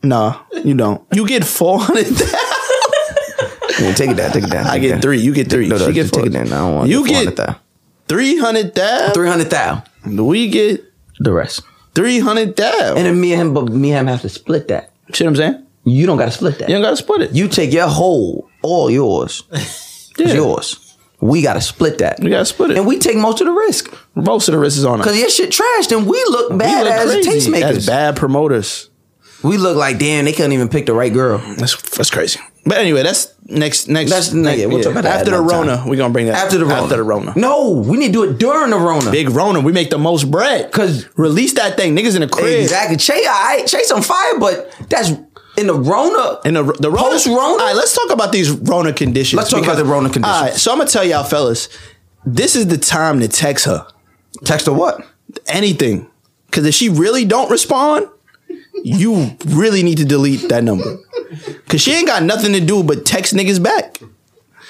Nah, you don't. You get four hundred thou. Yeah, take it down. Take it down. I take it get down. three. You get three. No, no, she get just four. take it down. I don't want you the get 400,000. three hundred thou. 300,000. We get The rest. three hundred thou. And then me and him, but me and him have to split that. See what I'm saying? You don't gotta split that. You don't gotta split it. You take your whole, all yours. It's yours. We gotta split that. We gotta split it. And we take most of the risk. Most of the risk is on us. Cause your shit trashed and we look We bad look as crazy tastemakers. as bad promoters. We look like damn, they couldn't even pick the right girl. That's that's crazy. But anyway, that's next next. That's nigga. We'll talk about that after the another time. Rona. We're gonna bring that After the Rona. After the Rona. No, we need to do it during the Rona. Big Rona, we make the most bread. 'Cause- release that thing, niggas in the crib. Exactly. Che, I Chase on fire, but that's in the Rona. And the, the Rona, Post Rona? All right, let's talk about these Rona conditions. Let's talk about the Rona conditions. All right, so I'm gonna tell y'all, fellas, this is the time to text her text or what? anything, because if she really don't respond, you really need to delete that number, because she ain't got nothing to do but text niggas back.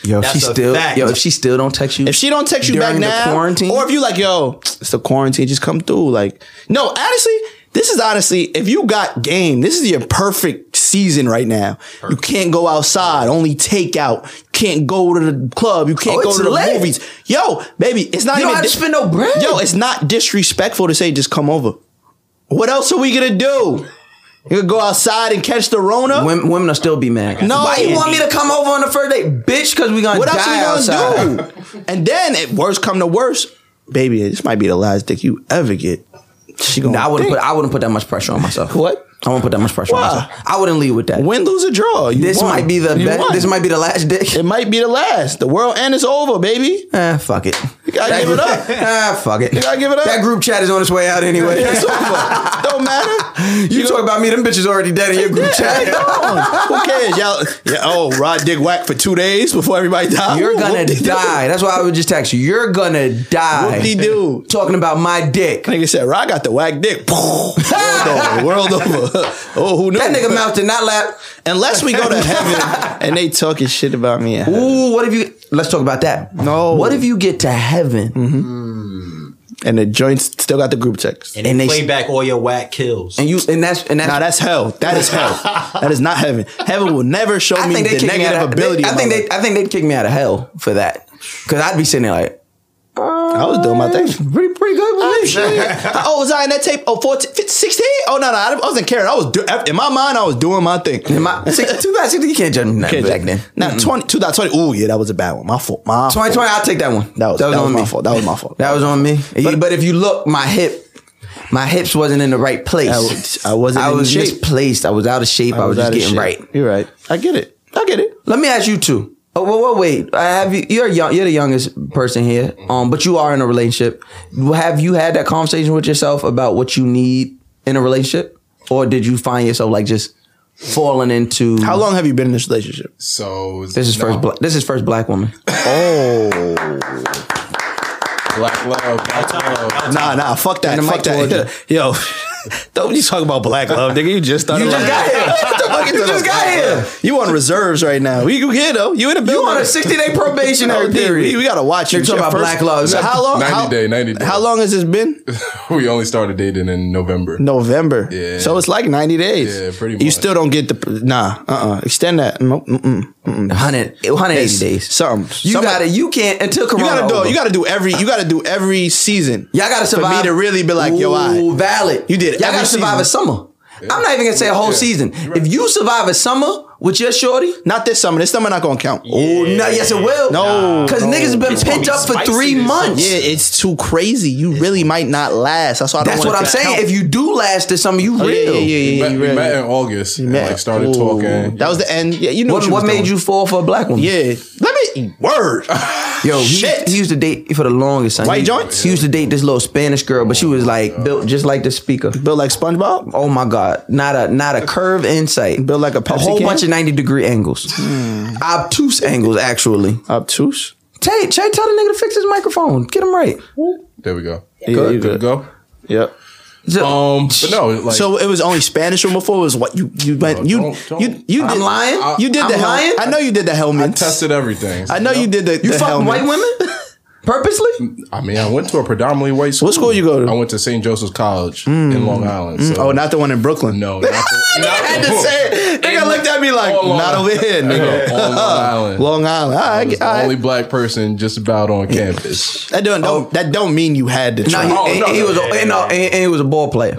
Yo, if she That's a still fact. yo, if she still don't text you, If she don't text you during back the now, quarantine, or if you like, yo, it's the quarantine, just come through. Like, no, honestly, this is honestly, if you got game, this is your perfect season right now. You can't go outside, only take out. You can't go to the club. You can't Oh, go it's to the lit. movies. Yo, baby, it's not You don't even have to spend no bread. Yo, it's not disrespectful to say just come over. What else are we gonna do? You gonna go outside and catch the Rona? women, women will still be mad. No. why you want me to come over on the first date, bitch? Because we gonna What die else are we outside. gonna do? And then, if worst come to worst, baby, this might be the last dick you ever get. She gonna. Nah, I wouldn't think. put I wouldn't put that much pressure on myself. What? I wouldn't put that much pressure Why? on myself. I wouldn't leave with that. Win, lose, or draw. You this won. might be the You best, won. this might be the last dick. It might be the last. The world end is over, baby. Eh, fuck it. You gotta That give it group- up. ah, fuck it. You gotta give it up. That group chat is on its way out anyway. It's over. Don't matter. you talk about me, them bitches already dead in your group Hey, chat. come on. Who cares? Y'all, yeah, oh, Rod Dick Whack for two days before everybody died. You're gonna die. That's why I would just text you. You're gonna die. Whoopty doo. Talking about my dick. Nigga said, Rod got the whack dick. world over. World over. oh, who knew? That nigga mouth did not laugh. Unless we go to heaven and they talking shit about me. in heaven. Ooh, what if you? Let's talk about that. No. Mm-hmm. What if you get to heaven and the joints still got the group text. And, they play back all your whack kills. And you and that's and that's, nah, that's hell. That is hell. that is not heaven. Heaven will never show I me think they the kick me negative out of, ability. They, I of think my they, I think they'd kick me out of hell for that, because I'd be sitting there like, I was doing my thing. Pretty, pretty good. wasn't it? sure. How old was I in that tape? Oh, 14, 15, 16? Oh, no, no. I wasn't caring. I was do- in my mind, I was doing my thing. in my, six- 2016, you can't judge me from that Can't back judge- then. Now, 20, 2020. Ooh, yeah, that was a bad one. My fault. My 2020, fault. I'll take that one. That was, that was, on my me. fault. That was my fault. That was on me. But, But- but if you look, my hip, my hips wasn't in the right place. I was- I wasn't I in was shape. misplaced. I was out of shape. I was, out just of getting shape. right. You're right. I get it. I get it. Let me ask you two. Oh, well, well, wait. I have you. You're young. You're the youngest person here. Um, but you are in a relationship. Have you had that conversation with yourself about what you need in a relationship, or did you find yourself like just falling into? How long have you been in this relationship? So This is no, first. Bla- this is first black woman. Oh. black love. Black love. Nah, nah, fuck that. And the Fuck mic that. warden. Yo, don't you talk about black love, nigga. You just started. You just like- got here. What the fuck You talking about just got black here. love? You on reserves right now. We you here though. You in the You building. on a sixty day probationary Oh, dude, period? We, we gotta watch you. You're talking about black love. So how long? 90 how, day, 90 day. How long has this been? We only started dating in November. November. Yeah. So it's like ninety days. Yeah, pretty You much. still don't get the nah. Uh. uh Extend that. Nope. Mm-mm. 100, 180 It's days. mm, Something. You Something- got to You can't until You Corona. gotta do. over. You gotta do every. You gotta do every season. Y'all gotta survive For me to really be like, yo, I. Ooh, valid. You did it Y'all every gotta survive season. a summer. I'm not even gonna say a whole Yeah. season. You're right. If you survive a summer with your shorty, Not this summer. This summer not gonna count. oh no, yes it will. No, because no. niggas been It's gonna pent be up for spicy three this summer. months. Yeah, it's too crazy. You really might not last. That's why I don't That's wanna what I'm count. saying. If you do last this summer, you Oh, yeah, real. yeah, yeah, We yeah, met, you we really- met in August and met- like started Ooh. talking. That was the end. Yeah, you know What, she was what made doing. you fall for a black woman? Yeah, let me word. Yo, he, Shit. he used to date for the longest time. White he, joints? He used to date this little Spanish girl, but she Oh was like built just like the speaker. built like SpongeBob. Oh my God! Not a not a curve insight. Built like a Pepsi whole can? bunch of ninety degree angles, Hmm. obtuse angles actually. Obtuse. Tay, Tay, tell the nigga to fix his microphone. Get him right. there we go. Yeah, Good, you good. good. Go. Yep. So, Um, but no, like so it was only Spanish from before. It was what you you went you don't- don't. you you I'm did lying? You did I'm the lying? Hel- I know you did the I helmet. tested everything. I know you did the you the fucking helmet. white women purposely? I mean, I went to a predominantly white school. What school you go to? I went to St. Joseph's College in Long Island. So. Oh, not the one in Brooklyn. no, not the, not I had the to one. say it. They got looked at me like, All Long not over Island. here, nigga. No, all Long Island. Long Island. All I right, was all the right. Oh. only black person just about on campus. That don't, don't that don't mean you had to No, try. he, Oh, and- no, and he no, was a, yeah, and, yeah, uh, and- and he was a ball player.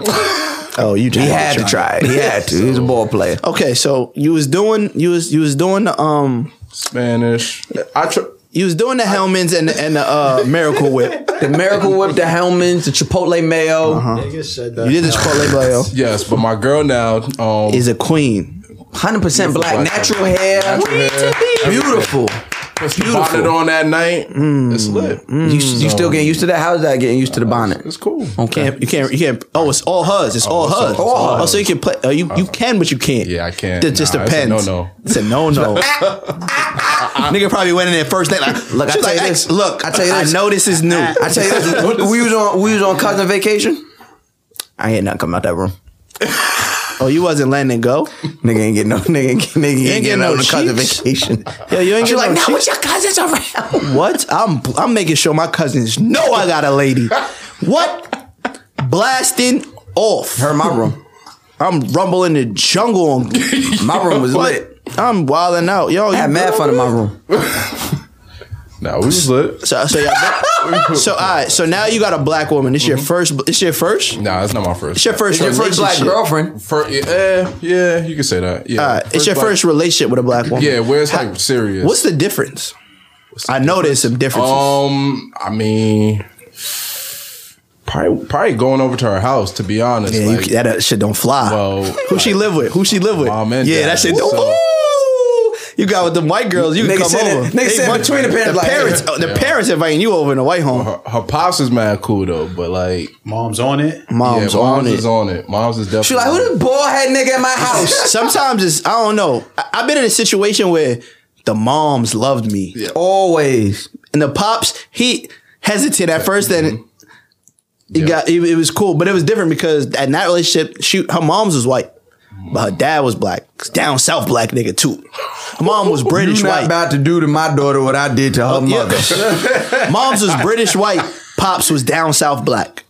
oh, you just He had to try it. He had to. He was a ball player. Okay, so you was doing you was you was doing the um Spanish. I tr- you was doing the Hellman's and the, and the uh, Miracle Whip. The Miracle Whip, the Hellman's, the Chipotle Mayo. Uh-huh. Nigga said that. You did the Chipotle Bio. yes, but my girl now um, Is a queen. 100% black, black. natural hair. Natural hair. Beautiful. puts the bonnet on that night. Mm. It's lit. You, you still getting used to that? How's that getting used to the bonnet? It's cool. Okay. Can't, you can't. You can't. Oh, it's all hers. It's all it's all- hers. it's all Uh, Oh, so you can play. Oh, you you can, but you can't. Yeah, I can't. It just Nah, it's a depends. no-no. It's a no no. Nigga probably went in there first night. Like, Look, I she was tell you like, this. Look, I tell you this. I know this is new. I tell you this, we was on we was on cousin vacation. I ain't nothing come out that room. Oh, you wasn't letting it go. Nigga ain't getting no nigga ain't, nigga ain't, ain't getting getting no, no no cousin cheeks? vacation. Yo, you ain't She getting no like, now cheeks? with your cousins around. What? I'm I'm making sure my cousins know I got a lady. What? Blasting off. Her in my room. I'm rumbling the jungle. On, My room was lit. I'm wilding out, yo. I had you mad good over fun in my there? room. Now we just lit. So so y'all, so all right. So now you got a black woman. This your first. This your first. Nah, Mm-hmm. it's not my first. It's your first. It's your first black relationship. girlfriend. Fir- yeah, eh, yeah, you can say that. Yeah, All right, it's your black- first relationship with a black woman. Yeah, where it's like serious. What's the difference? I know there's some differences. Um, I mean, probably probably going over to her house to be honest. yeah, you- like, that uh, shit don't fly. Well, Who she live with? Who she live with? Mom and yeah, dad, that shit. Don't, so- Ooh, you got with them white girls. You can Nigga come sitting- over. nigga sitting want- between the parents like- parents, oh, the parents inviting you over in a white home. her, her pops is mad cool though, but like, Mom's on it. Mom's yeah, on mom's it. is on it. Mom's is definitely. She like, who the bald head nigga at my house? Sometimes it's I don't know. I, I've been in a situation where the moms loved me Always. and the pops he hesitant at first. Then it Mm-hmm. Yeah. got it, it was cool, but it was different because in that relationship, she her mom's was white. But her dad was black, down south black nigga too. Her mom was British You not white. Oh, about to do to my daughter what I did to her Yeah. mother. Mom's was British white. pops was down south black.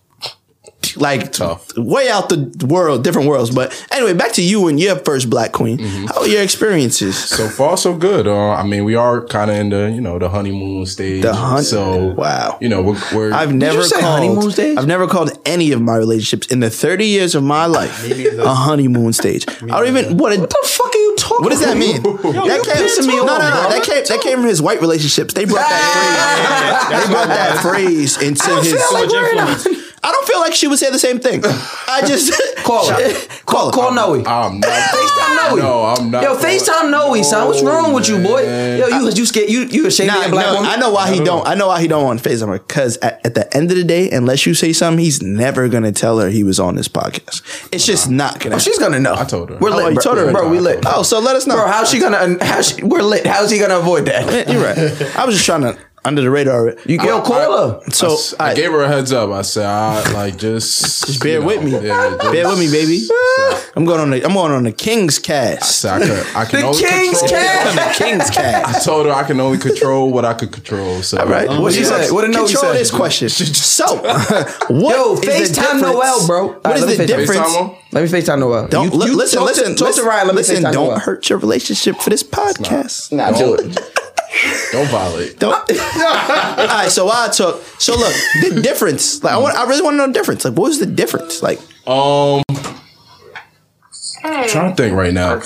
Like way out the world, different worlds. But anyway, back to you and your first black queen. Mm-hmm. How were your experiences? So far, so good. Uh, I mean, we are kind of in the you know the honeymoon stage. The hun- So wow, you know we're. we're I've never called I've never called any of my relationships in the 30 years of my life a honeymoon stage. I don't even what, what the fuck are you talking What does that mean? that you came pissing me No, no, no. off, bro. That came that came from his white relationships. They brought that phrase. they brought that phrase into his I don't feel like she would say the same thing. I just Call her. call call Noe. I'm not. FaceTime Noe. No, I'm not Yo, going- FaceTime Noe, son. What's wrong with you, boy? Yo, you you scared you you ashamed of Nah, your black no, woman? I know why he don't. I know why he don't want to face her because at, at the end of the day, unless you say something, he's never gonna tell her he was on this podcast. It's just not gonna. Oh, she's gonna know. I told her. We're Oh, lit, you bro. told her. bro. We lit. Oh, so let us know. Bro, how's she gonna? How she, we're lit. How's he gonna avoid that? You're right. I was just trying to under the radar. it. You I- yo, call her. So I s- I, I- gave her a heads up. I said, I like just, Just bear you know, with me. yeah, just- bear with me, baby. I'm going on. The, I'm going on the King's cast. So I, could, I can The only King's control. On the cat. King's cast. I told her I can only control what I could control. So All right. What'd she said? say? What'd Noe Oh, Control say? this question. So, what Yo, is the FaceTime difference- Noel, bro. All right, What is let me the FaceTime. difference? FaceTime him? Let me FaceTime Noel. Don't You- li- you listen, talk to- listen, talk listen, to Ryan. Let me listen. FaceTime Don't Noel. hurt your relationship for this podcast. Nah, do it. Don't violate. Don't. All right, so I took. So look, the difference. Like, I want. I really want to know the difference. Like, what was the difference? Like, Um, trying to think right now.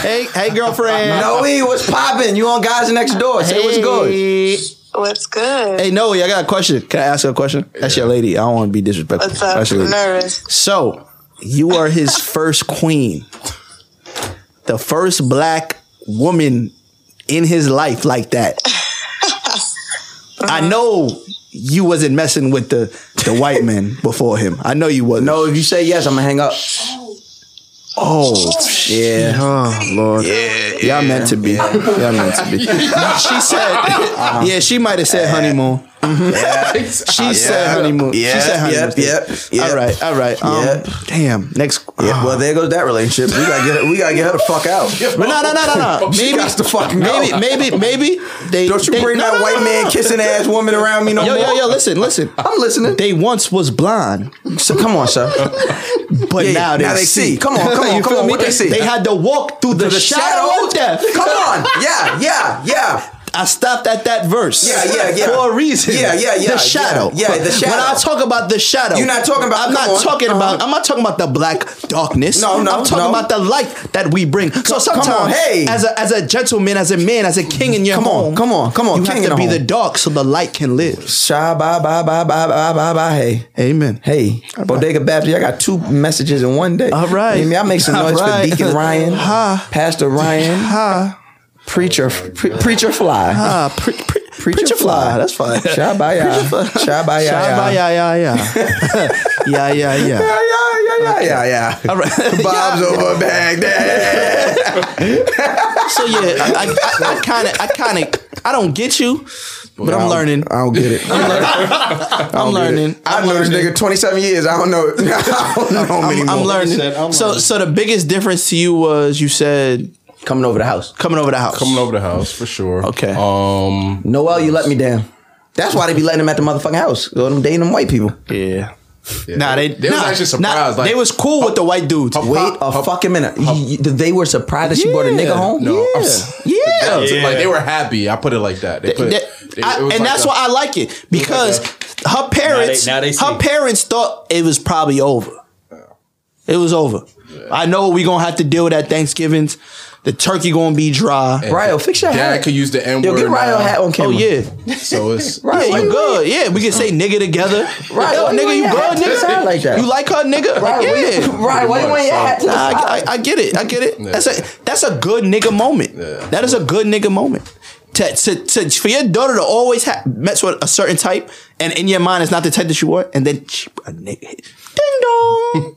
hey, hey, girlfriend. Noe, what's poppin'? You on Guys Next Door? Say what's good. What's good? Hey, Noe, I got a question. Can I ask you a question? That's your lady. I don't want to be disrespectful. What's up? That's your lady. Nervous. So, you are his first queen, the first black woman in his life like that. I know you wasn't messing with the the white men before him. I know you wasn't. No, if you say yes, I'm gonna hang up. Oh, yeah. Oh, Lord. Yeah, Y'all meant to be. Y'all meant to be. she said, Uh-huh. yeah, Mm-hmm. she might have said honeymoon. She said honeymoon. she Yep, said honeymoon. yep, yep, yep. All right, all right. Um, Yep. Damn. Ah. Next. uh, Yeah, well, there goes that relationship. We gotta get her, we gotta get her the fuck out. but no, no, no, no, no. She Maybe, gots to fucking go. maybe, maybe, maybe they Don't you they- bring no, that no, white no, man no. kissing ass woman around me no Yo, more. yo, yo! Listen, listen. I'm listening. They once was blind, So come on, sir. but Yeah, now, they now they see. Come on, come You on, come feel on, me? what they see? They had to walk through the, To the shadow of death. Come on. Yeah, yeah, yeah. I stopped at that verse. Yeah, yeah, yeah. For a reason. Yeah, yeah, yeah, The shadow. yeah, yeah, the shadow. When I talk about the shadow, You're not talking about- I'm come not on. talking about. Uh-huh. I'm not talking about the black darkness. No, no, I'm talking no. about the light that we bring. so come on, sometimes, hey. as a as a gentleman, as a man, as a king in your Come on, home, come on, come on, you king in have the to be home. the dark so the light can live. Sha bye bye bye bye bye bye bye. Hey. Amen. Hey, Bodega Baptist, I got two messages in one day. All right. You know what I mean, I make some All noise right. for Deacon Ryan, Ha. Pastor Ryan, Ha. Preacher pre- Preacher Fly. Ah, pre- pre- Preacher Fly. That's fine. Shabaya. Shabaya. Shabba, yeah, yeah, yeah. yeah, yeah, yeah. Yeah, yeah, yeah, yeah, yeah, yeah. All right. Bob's over Baghdad. So yeah, I I kind of I kind of I don't get you, but I'm learning. I don't get it. I'm I'm learning. I've known this nigga 27 years. I don't know. I don't know him I'm, anymore. I'm learning. said, I'm so learning. so the biggest difference to you was you said Coming over the house. coming over the house. Coming over the house for sure. Okay. Um, Noel, you let me down. That's why they be letting him at the motherfucking house. Go them dating them white people. Yeah. Nah, they, They nah, was actually nah, surprised, like- they was cool with the white dudes. Wait a fucking minute. You- you- they were surprised that she brought a nigga home? no, I'm Yeah. s- Yeah. That's it. Like they were happy. I put it like that. They put, That- they- I- it was and like that's a- why I like it because her parents, now they see. her parents thought it was probably over. It was over. I know we gonna have to deal with that Thanksgivings. The turkey gonna be dry. Ryo, fix your Dad hat. could use the N Yo, word. get Ryo a hat on Oh camera. yeah, So it's yeah, Right. you good? Yeah, we can say nigga together. Right. Yo, Why you nigga, wear you your good, hat to the nigga? side like that? You like her, nigga? Right, Like, why you- yeah. right, why you wearing your hat to the Nah, I, side? I- I get it. I get it. Yeah. That's a that's a good nigga moment. Yeah. That is a good nigga moment. To, to, to, for your daughter to always ha- mess with a certain type, and in your mind it's not the type that you want, and then she, a nigga, ding dong,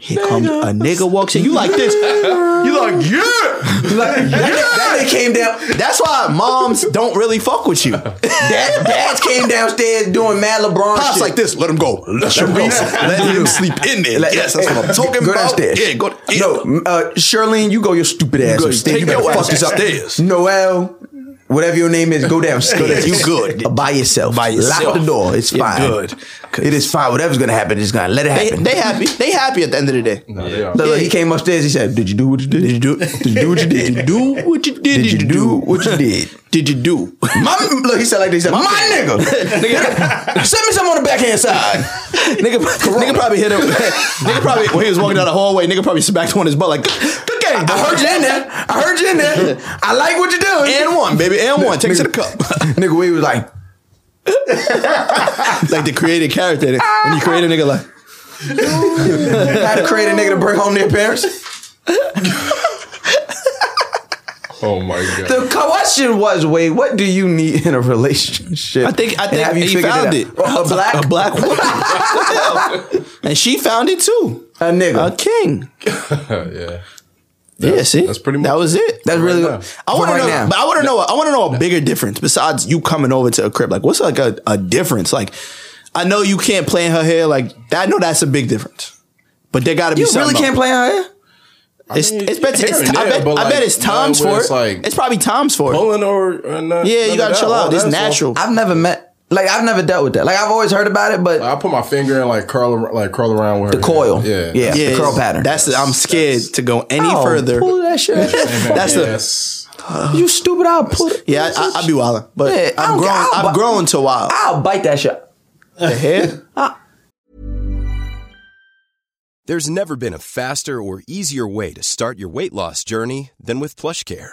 here comes a nigga walks in. You like this? You like yeah? Like, that nigga came down. That's why moms don't really fuck with you. Dad, dads came downstairs doing mad LeBron Pops shit. like this. Let him go. Let him go. Let him sleep in there. Like, yes, that's what I'm talking go about. Downstairs. Yeah, go. Yeah. No, uh, Charlene, you go your stupid ass go- upstairs. take You better your fuck ass this up. upstairs. Noel, Whatever your name is, go downstairs. You good. By yourself. By yourself. Lock the door. It's You're fine. good. It is fine. Whatever's gonna happen, it's gonna let it They, happen. they happy. They happy at the end of the day. Look, look, he came upstairs. He said, "Did you do what you did? Did you do? Did you do what you did? Did you do what you did? Did you do what you did? Did you do? My, look, he said like this. He said, my, nigga, nigga, send me some on the backhand side. nigga, nigga probably hit him. nigga probably when he was walking down the hallway, nigga probably smacked one his butt like. Good game. I heard you in there. I heard you in there. I like what you're doing. And one, baby, and one. Take it to the cup. nigga, we was like, like the created character. When you create a nigga, like how to create a nigga to bring home their parents. Oh my god. The question was, Wade, what do you need in a relationship? I think I And think have he figured found it. out? A black, a black woman, and she found it too. a nigga. A king. yeah. yeah, see, that's pretty much that was it. That's really. now. I want for to right know. now. But I want to know. I want to know a bigger difference besides you coming over to a crib. Like, what's like a, a difference? Like, I know you can't play in her hair. Like, I know that's a big difference. But there got to be You something. really can't play out here. play. It's, mean, it's, bet- here it's, and I, there, bet, but I bet like, it's times not where for it. it's like- it's probably times for it. Pulling or, or not, Yeah, you none of gotta that. chill out. Oh, It's that's all. natural. I've never met. Like I've never dealt with that. Like I've always heard about it, but I put my finger and like curl, ar- like curl around with the her. coil. Yeah, yeah, Yeah, the curl it's- pattern. That's the, I'm scared to go any Oh, further. Pull that shit. That's the yes. you stupid. I'll pull. it. yeah. I, I, I be wilding, but Yeah, I I'm don't grown. care. I'll i buy- have grown to wild. I'll bite that shit. The hair. There's never been a faster or easier way to start your weight loss journey than with PlushCare.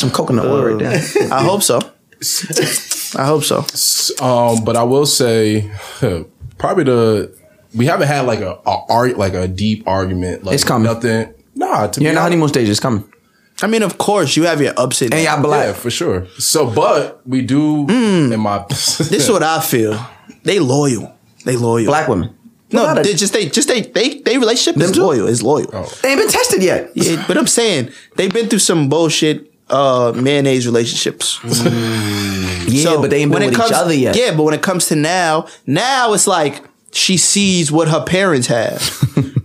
some coconut oil right there. I hope so. I hope so. Um, but I will say, probably the we haven't had like a, a ar- like a deep argument. Like It's coming. Nothing. Nah, to You're be in the honest- honeymoon stage. It's coming. I mean, of course, you have your ups and And y'all black. Yeah, for sure. So, but we do. In my Mm. This is what I feel. They loyal. They loyal. Black women. No, Without a- they just they just they they they relationship Them is too? loyal. Is loyal. they ain't been tested yet. Yeah, but I'm saying they've been through some bullshit uh mayonnaise relationships. Mm-hmm. Yeah, So, but they ain't been when it with comes- each other yet. Yeah, but when it comes to now, now it's like she sees what her parents have.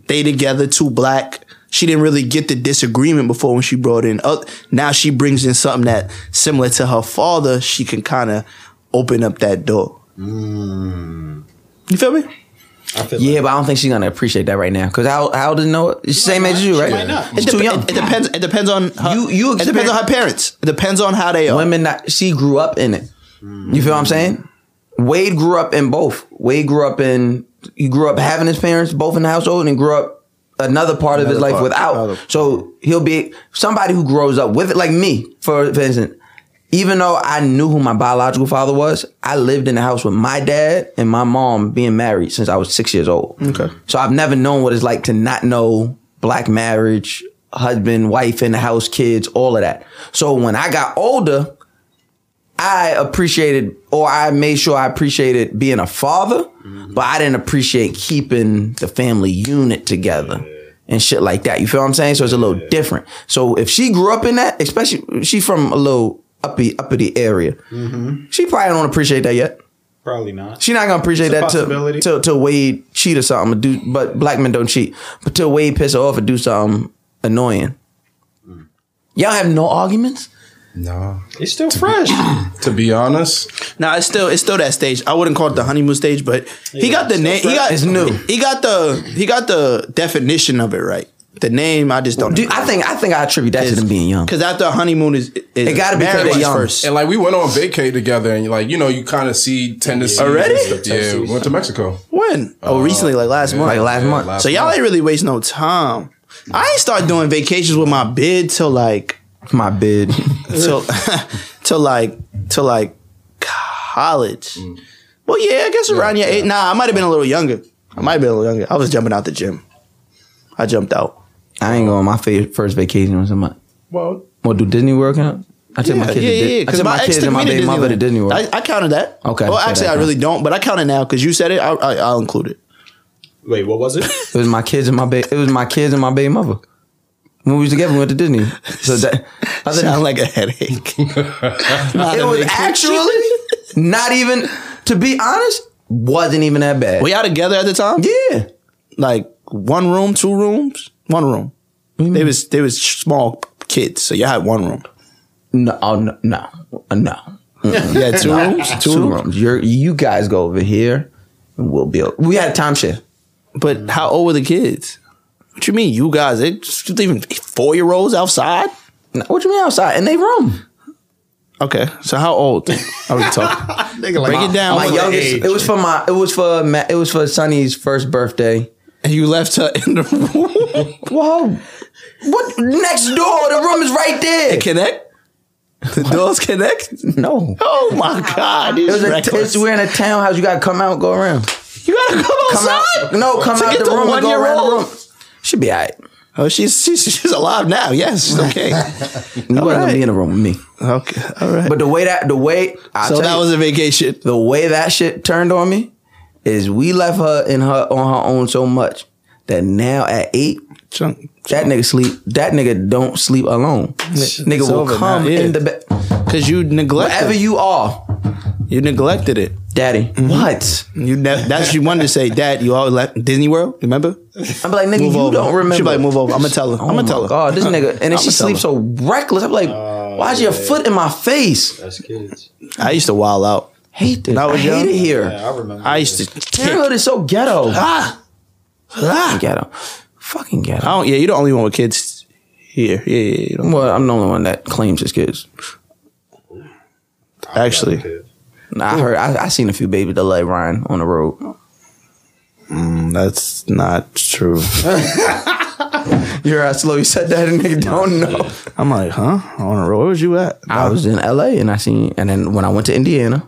they together, two black. She didn't really get the disagreement before when she brought in. Uh, now she brings in something that similar to her father. She can kind of open up that door. You feel me? Yeah, but I don't think she's gonna appreciate that right now. Cause how how does know it? It's the same age as you, right? might not. It's It too dep- young. It, it depends. It depends on her, You- you It depends on her parents. It depends on how they are. Women that she grew up in it. You feel what I'm saying? Wade grew up in both. Wade grew up in he grew up having his parents both in the household and grew up another part of his Another life part, without. another- So he'll be somebody who grows up with it, like me, for, for instance. Even though I knew who my biological father was, I lived in the house with my dad and my mom being married since I was six years old. Okay. So I've never known what it's like to not know black marriage, husband, wife in the house, kids, all of that. So when I got older, I appreciated or I made sure I appreciated being a father, Mm-hmm. but I didn't appreciate keeping the family unit together and shit like that. You feel what I'm saying? So it's a little different. So if she grew up in that, especially she from a little uppy uppity area, she probably don't appreciate that yet. Mm-hmm. Probably not. She's not gonna appreciate It's a that till, possibility. till till Wade cheat or something. or do, but black men don't cheat. But till Wade piss her off or do something annoying. Mm. Y'all have no arguments. no. It's still fresh. To be honest, Now it's still it's still that stage. I wouldn't call it the honeymoon stage, but he got the name. He got It's new. He got the he got the definition of it right. The name I just don't. Dude, I think I think I attribute that to them being young. Because after a honeymoon is, is It gotta be 'cause marriage they're is young. First. And like we went on vacay together, and like you know, you kind of see tendencies Already? and stuff. Yeah, we went to Mexico. When? Oh, recently, like last yeah, month. Like last yeah, month. last so y'all month. ain't really waste no time. I ain't start doing vacations with my bid till like my bid till till like till like college. Well, Mm. yeah, I guess around your eight. Nah, I might have been a little younger. I might have been a little younger. I was jumping out the gym. I jumped out. I ain't going. My fa- first vacation was in my. Well, Well, do Disney World count? I took yeah, my kids. yeah, to Di- yeah. I Because took my, my, ex kids took and me my to baby mother to Disney World. I, I counted that. Okay, Well, so actually, that I really counts. don't, but I count it now because you said it. I, I, I'll include it. Wait, what was it? It was my kids and my baby. It was my kids and my baby mother. When we was together, we went to Disney. So that other Sound like a headache. it was actually not even. To be honest, wasn't even that bad. Were y'all together at the time? Yeah. Like one room, two rooms, one room. They was they was small kids, so y'all had one room. No, oh, no, no, Uh, no. Mm-mm. Yeah, two No. rooms, two two rooms. rooms. You're, you guys go over here, and we'll build. We had a timeshare. But how old were the kids? What you mean, you guys? They just leaving four year olds outside? No, what you mean outside? In their room. Okay, so how old are we talking? Break it down. My youngest. It was for my. It was for Ma, it was for Sonny's first birthday. And you left her in the room. Whoa! What next door? The room is right there. It connect. The doors connect. No. Oh my god! It was It's a, reckless. it's, we're in a townhouse. You gotta come out, go around. you gotta go Come outside. out. No, come To out get the to room and go around the one-year-old? room. She'll be all right. Oh, she's she's, she's alive now. Yes, she's okay. You wasn't gonna right. be in a room with me. okay, all right. But the way that the way I so that you, was a vacation. the way that shit turned on me is we left her in her on her own so much that now at eight Chunk. that nigga sleep that nigga don't sleep alone. nigga it's will over come now, yeah. in the bed Cause you neglected. wherever you are, You neglected it. daddy. What? You ne- that's you wanted to say, Dad. You always left Disney World. Remember? I'm like nigga, Move you over. don't remember. Oh She be like, move over. I'm gonna tell her. I'm gonna tell her. God, this nigga, and then she I'ma tell sleeps so reckless. I'm like, why's your foot in my face? That's kids. I used to wild out. Hate this. When I I, was young? hate it here. Yeah, I remember. I used to kick. Parenthood is so ghetto. Ah, Fucking ah. ghetto. Fucking I ghetto. don't. Yeah, you're the only one with kids here. Yeah, yeah. yeah you don't- Well, I'm the only one that claims his kids. actually, Nah, I heard. I, I seen a few baby delay Ryan on the road. Mm, that's not true. You're how slow you said that, and nigga don't know. I'm like, huh? On a road? Where was you at? I was in L.A. and I seen, and then when I went to Indiana,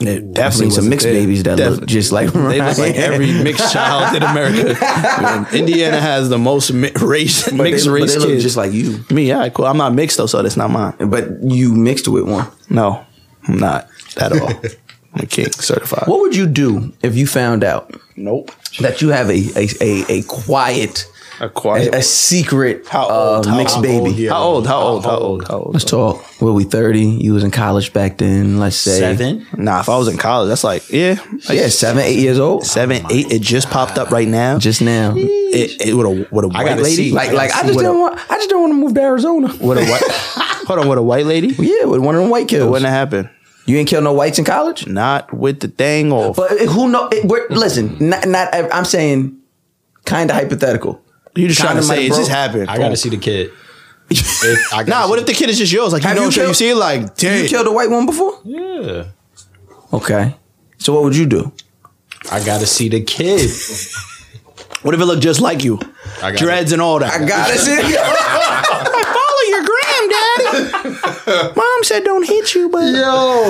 It I seen some wasn't mixed there. babies that Def- look just like They look like every mixed child in America. Indiana has the most mi- race, But they- mixed but race they look kids. just like you. Me, yeah, cool. I'm not mixed though, so that's not mine. But you mixed with one. No, I'm not at all. I'm a king certified. What would you do if you found out Nope. that you have a a a, a quiet, A a, quiet. a secret how old? uh, how mixed old? baby? How old? How old? How old? How old? Let's talk. Were we thirty? You was in college back then. Let's say Seven. Nah, if I was in college, that's like yeah, like Yeah, seven, eight years old. seven, Oh eight. It just popped up right now. Just now. it, it with a with a white gotta lady. see. Like, like I gotta just see. didn't want. I just didn't want to move to Arizona. with a white. hold on, with a white lady. Yeah, with one of them white It kids. wouldn't have happened. You ain't kill no whites in college. Not with the thing off. But it- who know? It, we're, listen, not, not. ev- I'm saying, kind of hypothetical. you just kinda trying to say like, it bro, just happened. I gotta see the kid. If I gotta Nah, see what if the kid is just yours? Like you Have know, you what you killed- see, like You damn. killed a white woman before? Yeah. Okay. So what would you do? I gotta see the kid. What if it looked just like you? I got Dreads and all that. I got it. I follow your granddaddy. Mom said don't hit you, but Yo. I,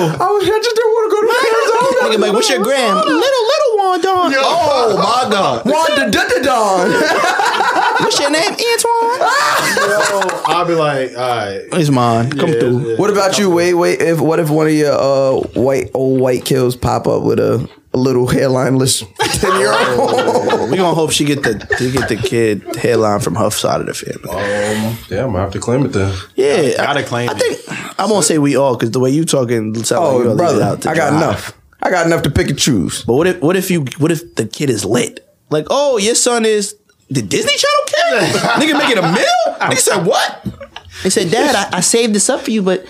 was, I just didn't want to go to Nigga, Arizona. like, what's your gram? Little little one, Don. Oh my god. Wanda Dundadon. What's your name? Antoine. Ah! Yo, I'll be like, all right. It's mine. Come Yeah, through. yeah. What about you? Wait, wait. If what if one of your uh, white old white kills pop up with a, a little hairlineless ten year old? We gonna hope she get the she get the kid headline from her side of the family. Um, damn, I have to claim it then. Yeah, Gotta claim I, I it. think I won't say we all because the way you talking, sound like you Oh, gonna leave it brother, out to I got dry. enough. I got enough to pick and choose. But what if what if you what if the kid is lit? Like, oh, your son is the Disney Channel kid. Nigga making a meal. Nigga said what? They said, Dad, I, I saved this up for you, but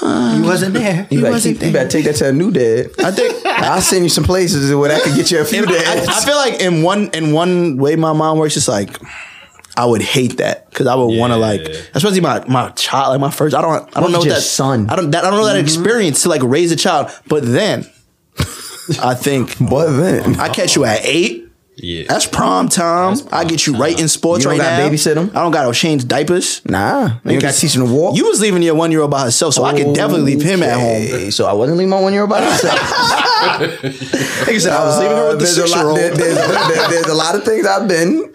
You wasn't there. You better, wasn't keep, you better take that to a new dad. I think I'll send you some places where that could get you a few I, dads. I feel like in one in one way my mom works, it's like I would hate that because I would want to like, especially my my child, like my first. I don't, I What don't know if your that son? I don't, that, I don't know Mm-hmm. that experience to like raise a child. But then, I think, but then I catch you at eight. Yeah, that's prom time. I get you right in sports You don't right gotta now. babysit them. I don't got to change diapers. Nah, you got to teach him to walk. You was leaving your one year old by herself, so I could definitely leave him at home. So I wasn't leaving my one year old by herself. Nigga said I was leaving her with the there's a six year lot. old. there- there's, there- there's a lot of things I've been.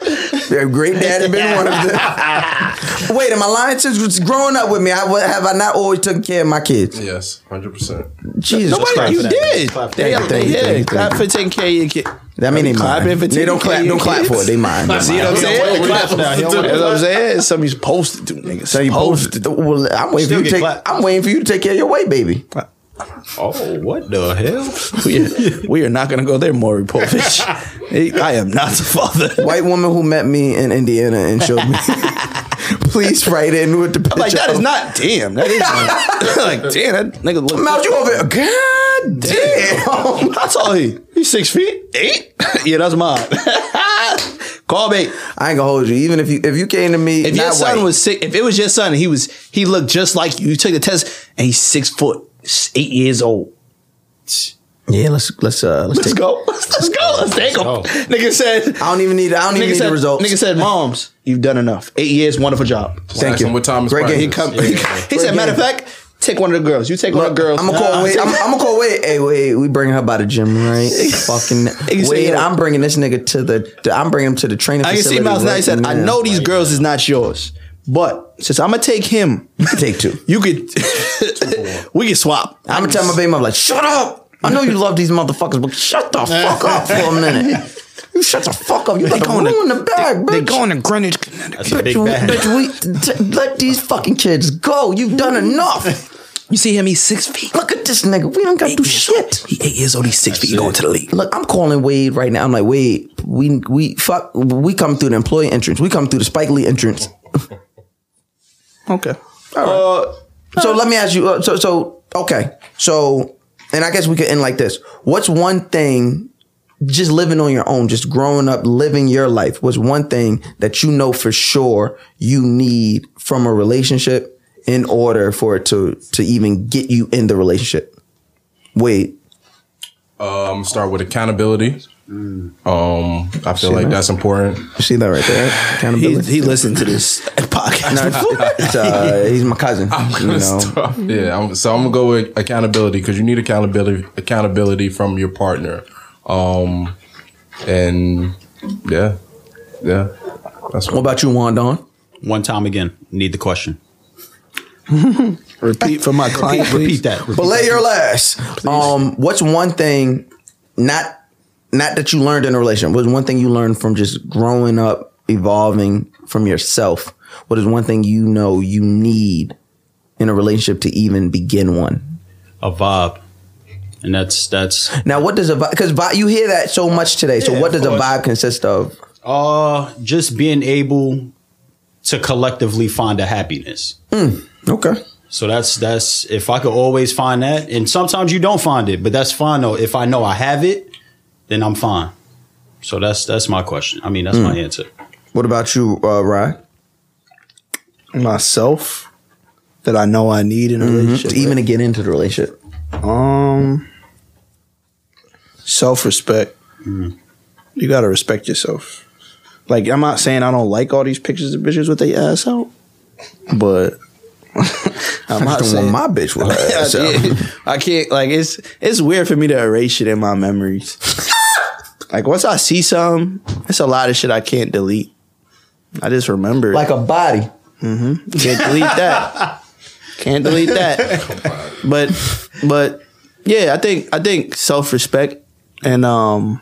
Their great daddy been one of them. Wait, am I lying? Since was growing up with me, I wa- have I not always taken care of my kids? Yes, hundred percent. Jesus Nobody, Christ. you did. Clap for They- that. Thank you, yeah, thank you, clap thank for taking care of your kid. That mean they Clap mine. in for They don't taking care clap. of your Don't clap kids. for it. They mine. They See what I'm mine. saying? Don't Clap clap now. for You it. know what I'm saying? Something you're supposed to do, nigga. So you Supposed posted. Well, I'm waiting Still for you to get take. clapped. I'm waiting for you to take care of your weight, baby. Oh, what the hell? we, are, we are not going to go there, Maury Povich. He- I am not the father. White woman who met me in Indiana and showed me. Please write in with the picture. I'm like, that is of- not damn. That is like, damn, that nigga look. Mouse, you over here. God damn. How tall he? He's six feet, eight? yeah, that's mine. Call me. I ain't gonna hold you. Even if you if you came to me, If not your son white, was sick, if it was your son, he was he looked just like you. You took the test, and he's six foot, s- eight years old. yeah, let's let's uh let's, Let's take, go. Let's go. Let's take him. Nigga said. I don't even need. I don't even Nigga need said, the results. nigga said, "Moms, you've done enough. Eight years, wonderful job." Thank ask you. him what time it's Great practice. game. He come. Yeah. he come- he said, Great "Matter of game. fact, take one of the girls. You take one of the girls. I'm gonna call Nah, Wade. take- I'm, I'm gonna call Wade. Hey, Wade, we bring her by the gym, right? Fucking You see, Wade. yo. I'm bringing this nigga to the. to- I'm bringing him to the training. I can facility see Miles now. He right said, "I now. know these girls is not yours, but since I'm gonna take him, Take two. you could, we can swap. I'm gonna tell my baby mom like, shut up. I know you love these motherfuckers, but shut the fuck up for a minute. You shut the fuck up. You about to going to- ruin the bag, bitch. They going to Greenwich, Connecticut. That's a big bitch, bag. bitch, we t- let these fucking kids go. You've done enough. You see him? He's six feet. Look at this nigga. We don't got to do shit. He eight years old. He's six feet. He going to the league. Look, I'm calling Wade right now. I'm like, Wade, we we fuck. We come through the employee entrance. We come through the Spike Lee entrance. Okay. Uh, So let me ask you. uh, So so okay. So and I guess we could end like this. What's one thing? Just living on your own, just growing up, living your life was one thing that you know for sure you need from a relationship in order for it to to even get you in the relationship. Wait, Um, start with accountability. Um, I feel like that's important. you see that right there? he, Accountability. he listened to this podcast before. It's, uh, he's my cousin. I'm you gonna know. stop. Yeah, I'm, so I'm gonna go with accountability because you need accountability accountability from your partner. Um, and yeah, yeah, that's What about you, Wandon? One time again. Need the question. Repeat for my client. Repeat that. Repeat Belay that. your last. Um, what's one thing not not that you learned in a relationship? What's one thing you learned from just growing up, evolving from yourself? What is one thing you know you need in a relationship to even begin one? A vibe. And that's that's Now, what does a vibe? Because vi- you hear that so much today. So, Yeah, what does a of course. vibe consist of? uh just being able to collectively find a happiness. Okay. So that's that's if I could always find that, and sometimes you don't find it, but that's fine though. If I know I have it, then I'm fine. So that's that's my question. I mean, that's my answer. Hmm. What about you, uh, Rye? myself that I know I need in a relationship. To even to get into the relationship. Um, self respect. You gotta respect yourself. Like I'm not saying I don't like all these pictures of bitches with their ass out, but I'm I not don't want saying my bitch with her Yeah, ass out. yeah. I can't. Like it's it's weird for me to erase shit in my memories. like once I see some, it's a lot of shit I can't delete. I just remember. it. Like a body. Can't delete that. Can't delete that. But but yeah, I think I think self respect and um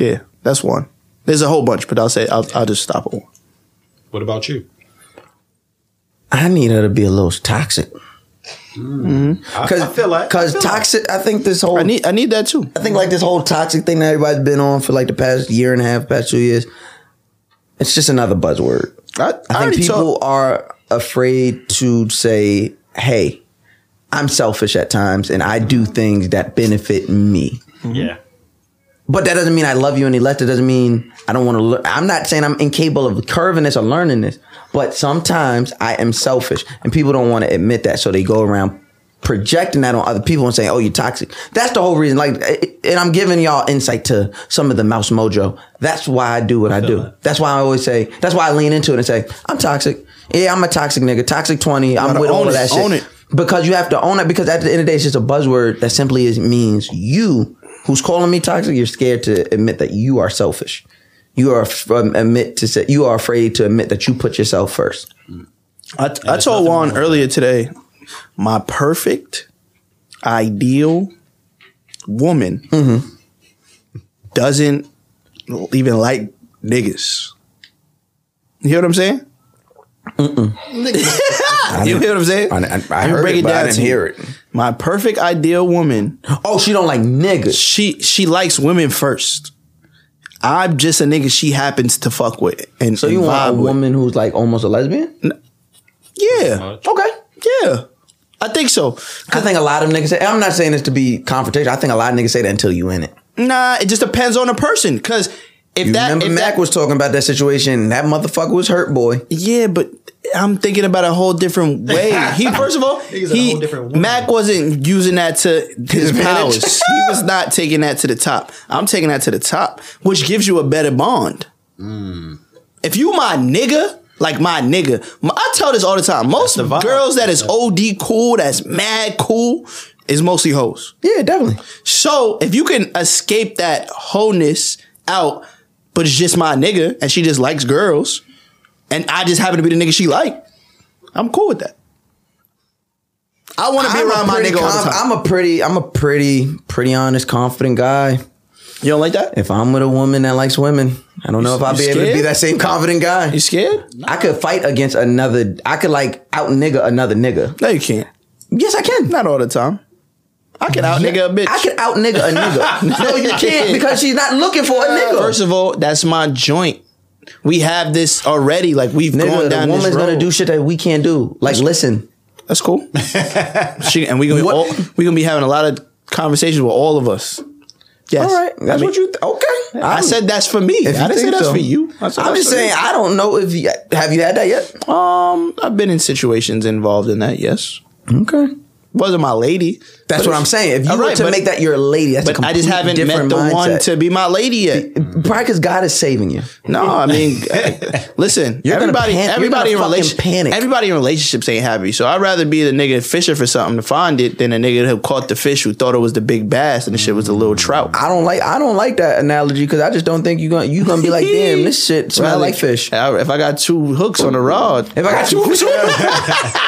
yeah, that's one. There's a whole bunch, but I'll say I'll, I'll just stop at one. What about you? I need her to be a little toxic. Mm-hmm. Cause, Hmm. I feel like- I cause feel like- toxic. I think this whole I need I need that too. I think like this whole toxic thing that everybody's been on for like the past year and a half, past two years, it's just another buzzword. I, I, already think people told- are afraid to say, "Hey, I'm selfish at times, and I do things that benefit me." Yeah, But that doesn't mean I love you any less. It doesn't mean I don't want to. learn. I'm not saying I'm incapable of curving this or learning this. But sometimes I am selfish, and people don't want to admit that, so they go around projecting that on other people and saying, "Oh, you're toxic." That's the whole reason. Like, it- and I'm giving y'all insight to some of the mouse mojo. That's why I do what I do. That's why I always say. That's why I lean into it and say, "I'm toxic." Yeah, I'm a toxic nigga. Toxic twenty. I'm gotta with all own of it, that shit. own it. Because you have to own it. Because at the end of the day, it's just a buzzword that simply is, means you, who's calling me toxic, you're scared to admit that you are selfish. You are f- um, admit to say you are afraid to admit that you put yourself first. I, I told Juan earlier today, my perfect, ideal woman Mm-hmm. doesn't even like niggas. You hear what I'm saying? you hear what I'm saying? I, I, I Let me heard it, but I didn't to you. hear it. My perfect ideal woman. Oh, she don't like niggas. She she likes women first. I'm just a nigga she happens to fuck with. And So you and want a vibe with. woman who's like almost a lesbian? Yeah. Okay. Yeah. I think so. I think a lot of niggas say. I'm not saying this to be confrontational. I think a lot of niggas say that until you in it. Nah, it just depends on the person. Cause if you that remember if Mac was talking about that situation. and That motherfucker was hurt, boy. Yeah, but I'm thinking about a whole different way. He first of all, He's a he whole Mac wasn't using that to his advantage. powers. he was not taking that to the top. I'm taking that to the top, which gives you a better bond. Hmm. If you my nigga, like my nigga, my- I tell this all the time. Most girls that is OD cool, that's mad cool, is mostly hoes. Yeah, definitely. So if you can escape that wholeness out, but it's just my nigga, and she just likes girls, and I just happen to be the nigga she like, I'm cool with that. I want to be I'm a around my pretty nigga all the conf- time. I'm a pretty, I'm a pretty, pretty honest, confident guy. You don't like that? If I'm with a woman that likes women, I don't You- know if you I'll be able to scared? be that same confident guy. You scared? I could fight against another. I could like out nigga another nigga. No, you can't. Yes, I can. Not all the time. I can out nigga a bitch. I could out nigga a nigga. no, you can't because she's not looking for a nigga. First of all, that's my joint. We have this already. Like we've nigga, gone the down this woman's road. gonna do shit that we can't do. Like, listen, That's cool. she, and we gonna be all, we gonna be having a lot of conversations with all of us. Yes. all right, that's I mean, what you. Th- okay, I said that's for me. If you I didn't say think that's so. for you. I I'm said that's just for saying. me. I don't know if you have you had that yet. Um, I've been in situations involved in that. Yes. Okay. Wasn't my lady. That's But what I'm saying. If you All were right, to but- make that your lady, that's a but I just haven't complete met different the mindset. one to be my lady yet. Probably because God is saving you. No, I mean, uh, listen. You're gonna everybody, pan- you're everybody gonna in fucking relation, everybody in relationships ain't happy. So I'd rather be the nigga fishing for something to find it than a nigga who caught the fish who thought it was the big bass and the shit was the little trout. I don't like I don't like that analogy because I just don't think you're gonna you gonna be like damn this shit smell Rather- like fish. I- If I got two hooks on the rod, If I got two hooks on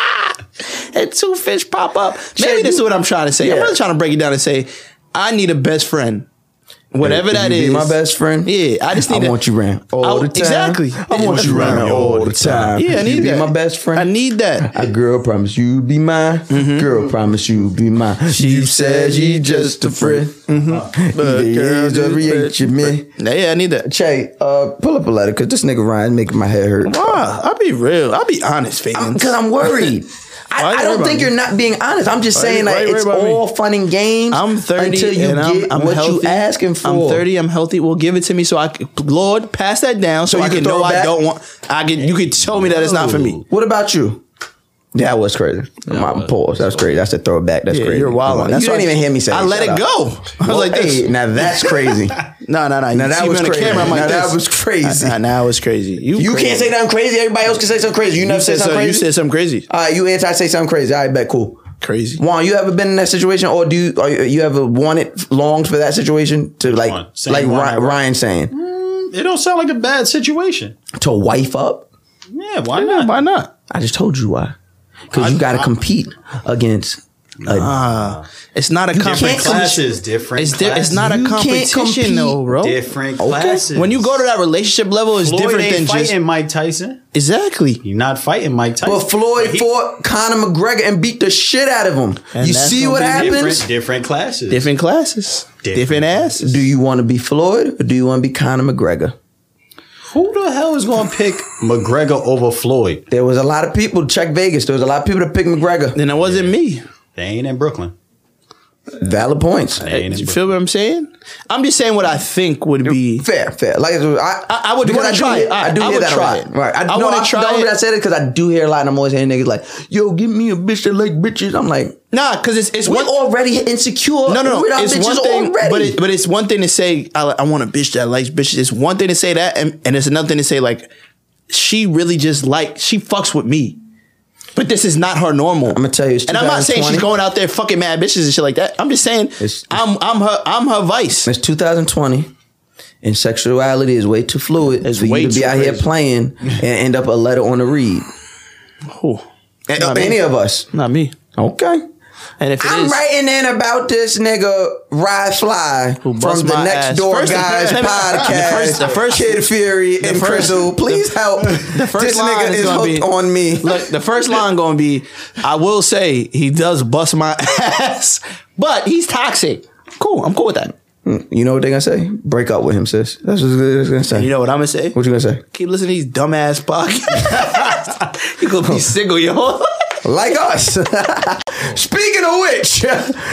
and two fish pop up, maybe this is what I'm trying to say. I'm really trying to break it down and say, I need a best friend, whatever If that you is. be my best friend. Yeah, I just need. I a- want you around all I- the time. Exactly. I want you around all the time. Yeah, I you need be that. my best friend. I need Mm-hmm. that. A girl promise you be mine. Girl promise you be mine. you said you just a friend. Mm-hmm. But girl, girls just you me. Yeah, I need that. Che, uh, pull up a letter because this nigga Ryan's making my head hurt. Why? I'll be real. I'll be honest, fans. Because I'm worried. Why I, you I worry don't about think me? you're not being honest. I'm just Why you- saying why like you worry it's about me? all fun and games. I'm 30 until you and get I'm, I'm what healthy. you asking for. I'm 30. I'm healthy. Well, give it to me so I can, Lord, pass that down so, So you I can can throw know it I back? don't want. I can. You can tell me that it's not for me. What about you? That was crazy. My pause. That's crazy. That's a throwback. That's Yeah, crazy. you're wilding. You That's didn't why- even hear me say. I it. let it Shut up. go. I was Well, like this. hey, now that's crazy. No, no, no. You Now that see me was on the crazy. camera, I'm like Now this. that was crazy. Nah, now it's crazy. You, You crazy. can't say nothing crazy. Everybody else can say something crazy. You never say said something You crazy. said something crazy. All right, you anti say something crazy. All right, bet cool. Crazy. Juan, you ever been in that situation, or do you, are you, you ever wanted longed for that situation to like one? Same like one I Ryan, want. Ryan saying Mm, It don't sound like a bad situation. to wife up? Yeah, why not? Why not? I just told you why. Because you got to compete against. A, Ah, it's not a can't competition. Classes different. It's, di- it's classes. not a You can't competition compete. though, bro. different Okay. classes. When you go to that relationship level, it's Floyd different ain't than fighting just Mike Tyson. exactly. You're not fighting Mike Tyson. but Floyd He- fought Conor McGregor and beat the shit out of him. And you that's see gonna what be happens? different, different classes. Different classes, different, Different asses. Do you want to be Floyd or do you want to be Conor McGregor? Who the hell is going to pick McGregor over Floyd? There was a lot of people. Check Vegas. There was a lot of people that picked McGregor. Then it wasn't me. They ain't in Brooklyn. Valid points. They ain't in you Brooklyn. feel what I'm saying? I'm just saying what I think would be fair. Fair. Like I, I, would Because want to do try hear- it. I, I do I hear would that a try lot. it. Right. I, no, want to The try only reason I it. said it because I do hear a lot, and I'm always hearing niggas like, "Yo, give me a bitch that like bitches." I'm like, Nah, because it's it's we one- already insecure. No, no, no. We're not It's bitches one thing, already. but it, but it's one thing to say I, I want a bitch that likes bitches. It's one thing to say that, and, and it's another thing to say like she really just like she fucks with me. But this is not her normal. I'm gonna tell you, and I'm not saying she's 2020. going out there fucking mad bitches and shit like that. I'm just saying I'm I'm her I'm her vice. It's 2020, and sexuality is way too fluid for way you to be too out here crazy. playing and end up a letter on a read. Who? Not any of us. Not me. Okay. And if it I'm is- writing in about this nigga Ride Fly from bust the my Next ass. Door First- Guys the first- podcast. the first- Kid Fury the and first- Crystal, please help. The first this line nigga is, is gonna hooked be on me. Look, the first line gonna be, I will say he does bust my ass, but he's toxic. Cool, I'm cool with that. You know what they gonna say? Break up with him, sis. That's what they're gonna say. You know what I'm gonna say? What you gonna say? Keep listening to these dumbass podcasts. you gonna be single, yo. Like us. Speaking of which,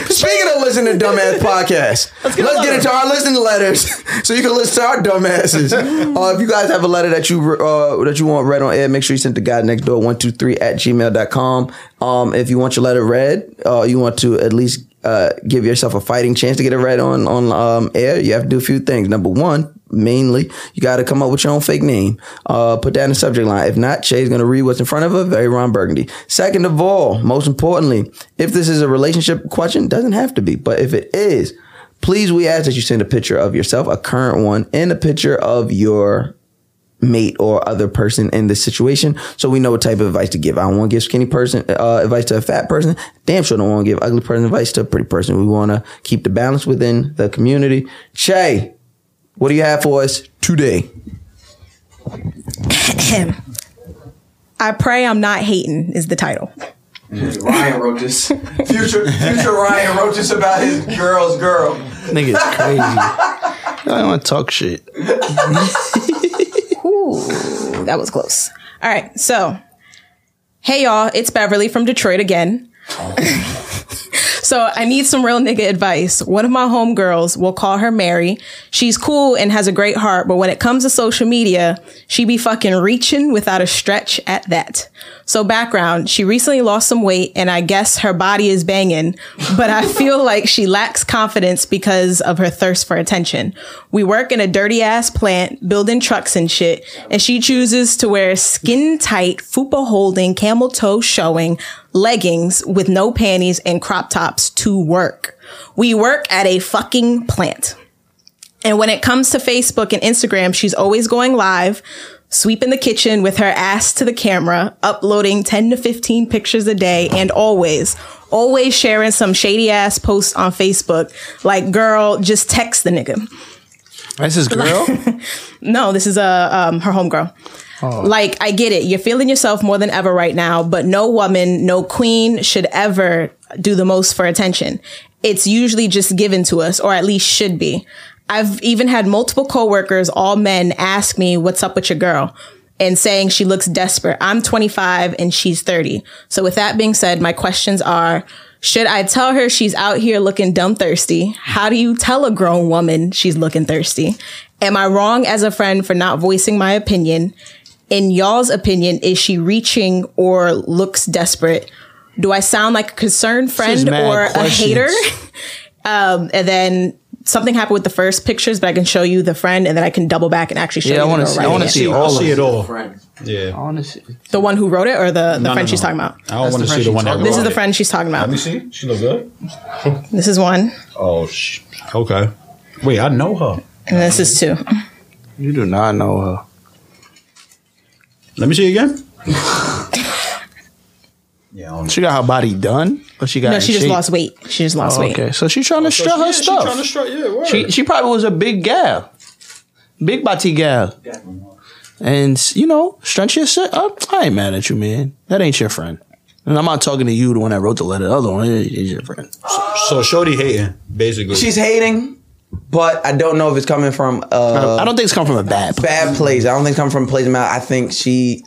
speaking of listening to dumbass podcasts, let's get, into our listening letters so you can listen to our dumbasses. uh, if you guys have a letter that you uh, that you want read on air, make sure you send the guy next door one two three at gmail.com. Um, if you want your letter read, uh, you want to at least uh, give yourself a fighting chance to get it read on on um, air. You have to do a few things. Number one, mainly you got to come up with your own fake name uh put that in the subject line if not shay's going to read what's in front of her very ron burgundy second of all most importantly if this is a relationship question doesn't have to be but if it is please we ask that you send a picture of yourself a current one and a picture of your mate or other person in this situation so we know what type of advice to give. I don't want to give skinny person uh, advice to a fat person. Damn sure don't want to give ugly person advice to a pretty person. We want to keep the balance within the community. Che, what do you have for us today? I pray I'm not hating is the title. Ryan wrote this. Future future Ryan wrote this about his girl's girl. Nigga's crazy. I don't want to talk shit. Ooh, that was close. All right, so hey y'all, it's Beverly from Detroit again. so I need some real nigga advice. One of my homegirls, we'll call her Mary. She's cool and has a great heart, but when it comes to social media, she be fucking reaching without a stretch at that. So background, she recently lost some weight and I guess her body is banging, but I feel like she lacks confidence because of her thirst for attention. We work in a dirty ass plant building trucks and shit, and she chooses to wear skin tight, fupa holding, camel toe showing leggings with no panties and crop tops to work. We work at a fucking plant. And when it comes to Facebook and Instagram, she's always going live, sweeping the kitchen with her ass to the camera, uploading 10 to 15 pictures a day, and always, always sharing some shady ass posts on Facebook. Like, girl, just text the nigga. That's his girl? No, this is uh, um, her homegirl. Like, I get it. You're feeling yourself more than ever right now, but no woman, no queen should ever do the most for attention. It's usually just given to us, or at least should be. I've even had multiple coworkers, all men, ask me, what's up with your girl? And saying she looks desperate. I'm 25 and she's 30. So with that being said, my questions are, should I tell her she's out here looking dumb thirsty? How do you tell a grown woman she's looking thirsty? Am I wrong as a friend for not voicing my opinion? In y'all's opinion, is she reaching or looks desperate? Do I sound like a concerned friend mad or questions. a hater? um, and then something happened with the first pictures, but I can show you the friend, and then I can double back and actually show Yeah, you. I the wanna girl see- I writing wanna see all of it. Yeah. Honestly. The one who wrote it, or the the No, no, friend she's no. talking about. I don't want to see the one that This is wrote the it. friend she's talking about. Let me see. She look good. This is one, Oh, sh- okay. Wait, I know her. and this is two. You do not know her. Let me see again. She got her body done, but she got No, in she just shape? lost weight. She just lost Oh, weight. Okay, so she's trying to so strut she- her yeah, she stuff. tryna strut, yeah, word. She she probably was a big gal, big body gal, and you know, stretch your shit up. I ain't mad at you, man. That ain't your friend, and I'm not talking to you, the one that wrote the letter. The other one is your friend. So Shorty hating, basically. She's hating, but I don't know if it's coming from. Uh, I don't- I don't think it's coming from a bad place. bad place. I don't think it's coming from a place. of mouth. I think she.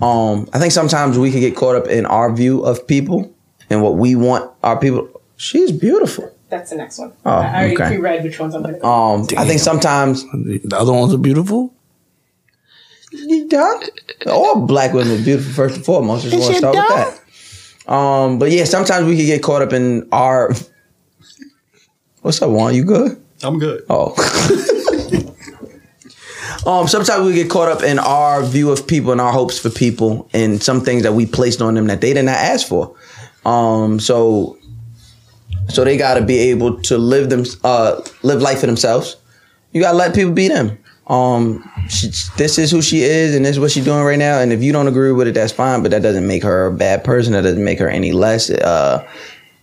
Um, I think sometimes we can get caught up in our view of people and what we want our people. She's beautiful. That's the next one. Oh, I already okay. pre-read which ones I'm going to Um, I think sometimes the other ones are beautiful. You done? All black women are beautiful first and foremost. Just Is want to you start done? with that. Um, but yeah, sometimes we can get caught up in our. What's up, Juan? You good? I'm good. Oh. um, sometimes we get caught up in our view of people and our hopes for people and some things that we placed on them that they did not ask for. Um, so so they got to be able to live them uh, live life for themselves. You got to let people be them. Um, she, this is who she is, and this is what she's doing right now. And if you don't agree with it, that's fine. But that doesn't make her a bad person. That doesn't make her any less. Uh,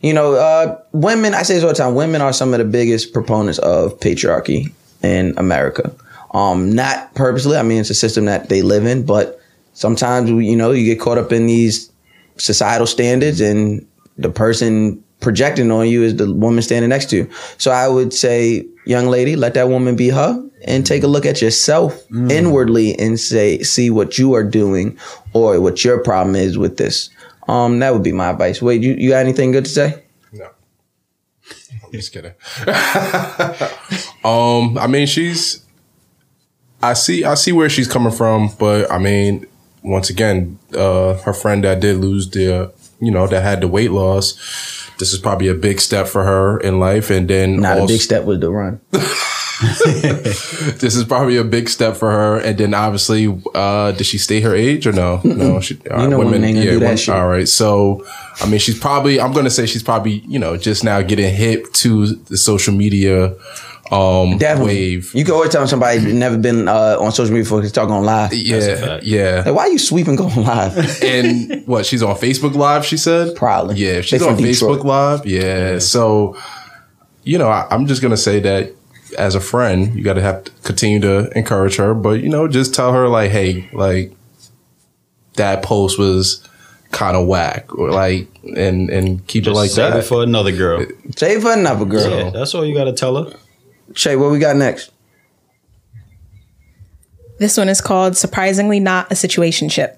you know, uh, women. I say this all the time. Women are some of the biggest proponents of patriarchy in America. Um, not purposely. I mean, it's a system that they live in. But sometimes, you know, you get caught up in these societal standards and the person projecting on you is the woman standing next to you. So I would say, young lady, let that woman be her and take a look at yourself Mm. inwardly and say, see what you are doing or what your problem is with this. Um, that would be my advice. Wait, you, you got anything good to say? I'm just kidding. um, I mean, she's. I see. I see where she's coming from, but I mean, once again, uh, her friend that did lose the, you know, that had the weight loss. This is probably a big step for her in life, and then Not a also- big step was the run. this is probably a big step for her. And then obviously, uh, did she stay her age or no? No, she, all right, know women ain't gonna do that women- shit. All right. So, I mean, she's probably, I'm going to say she's probably, you know, just now getting hip to the social media, um, wave. You can always tell somebody never been uh, on social media before because talking on live. Yeah. Yeah. Like, why are you sweeping going live? and what she's on Facebook Live? She said probably. Yeah, if she's They from on Facebook Detroit. Live. Yeah. so you know, I, I'm just gonna say that as a friend, you got to have to continue to encourage her, but you know, just tell her like, hey, like that post was kind of whack, or like, and and keep it Just like save that it for another girl. Save for another girl. Oh. Yeah, that's all you got to tell her. Shay, what we got next? This one is called Surprisingly Not a Situationship.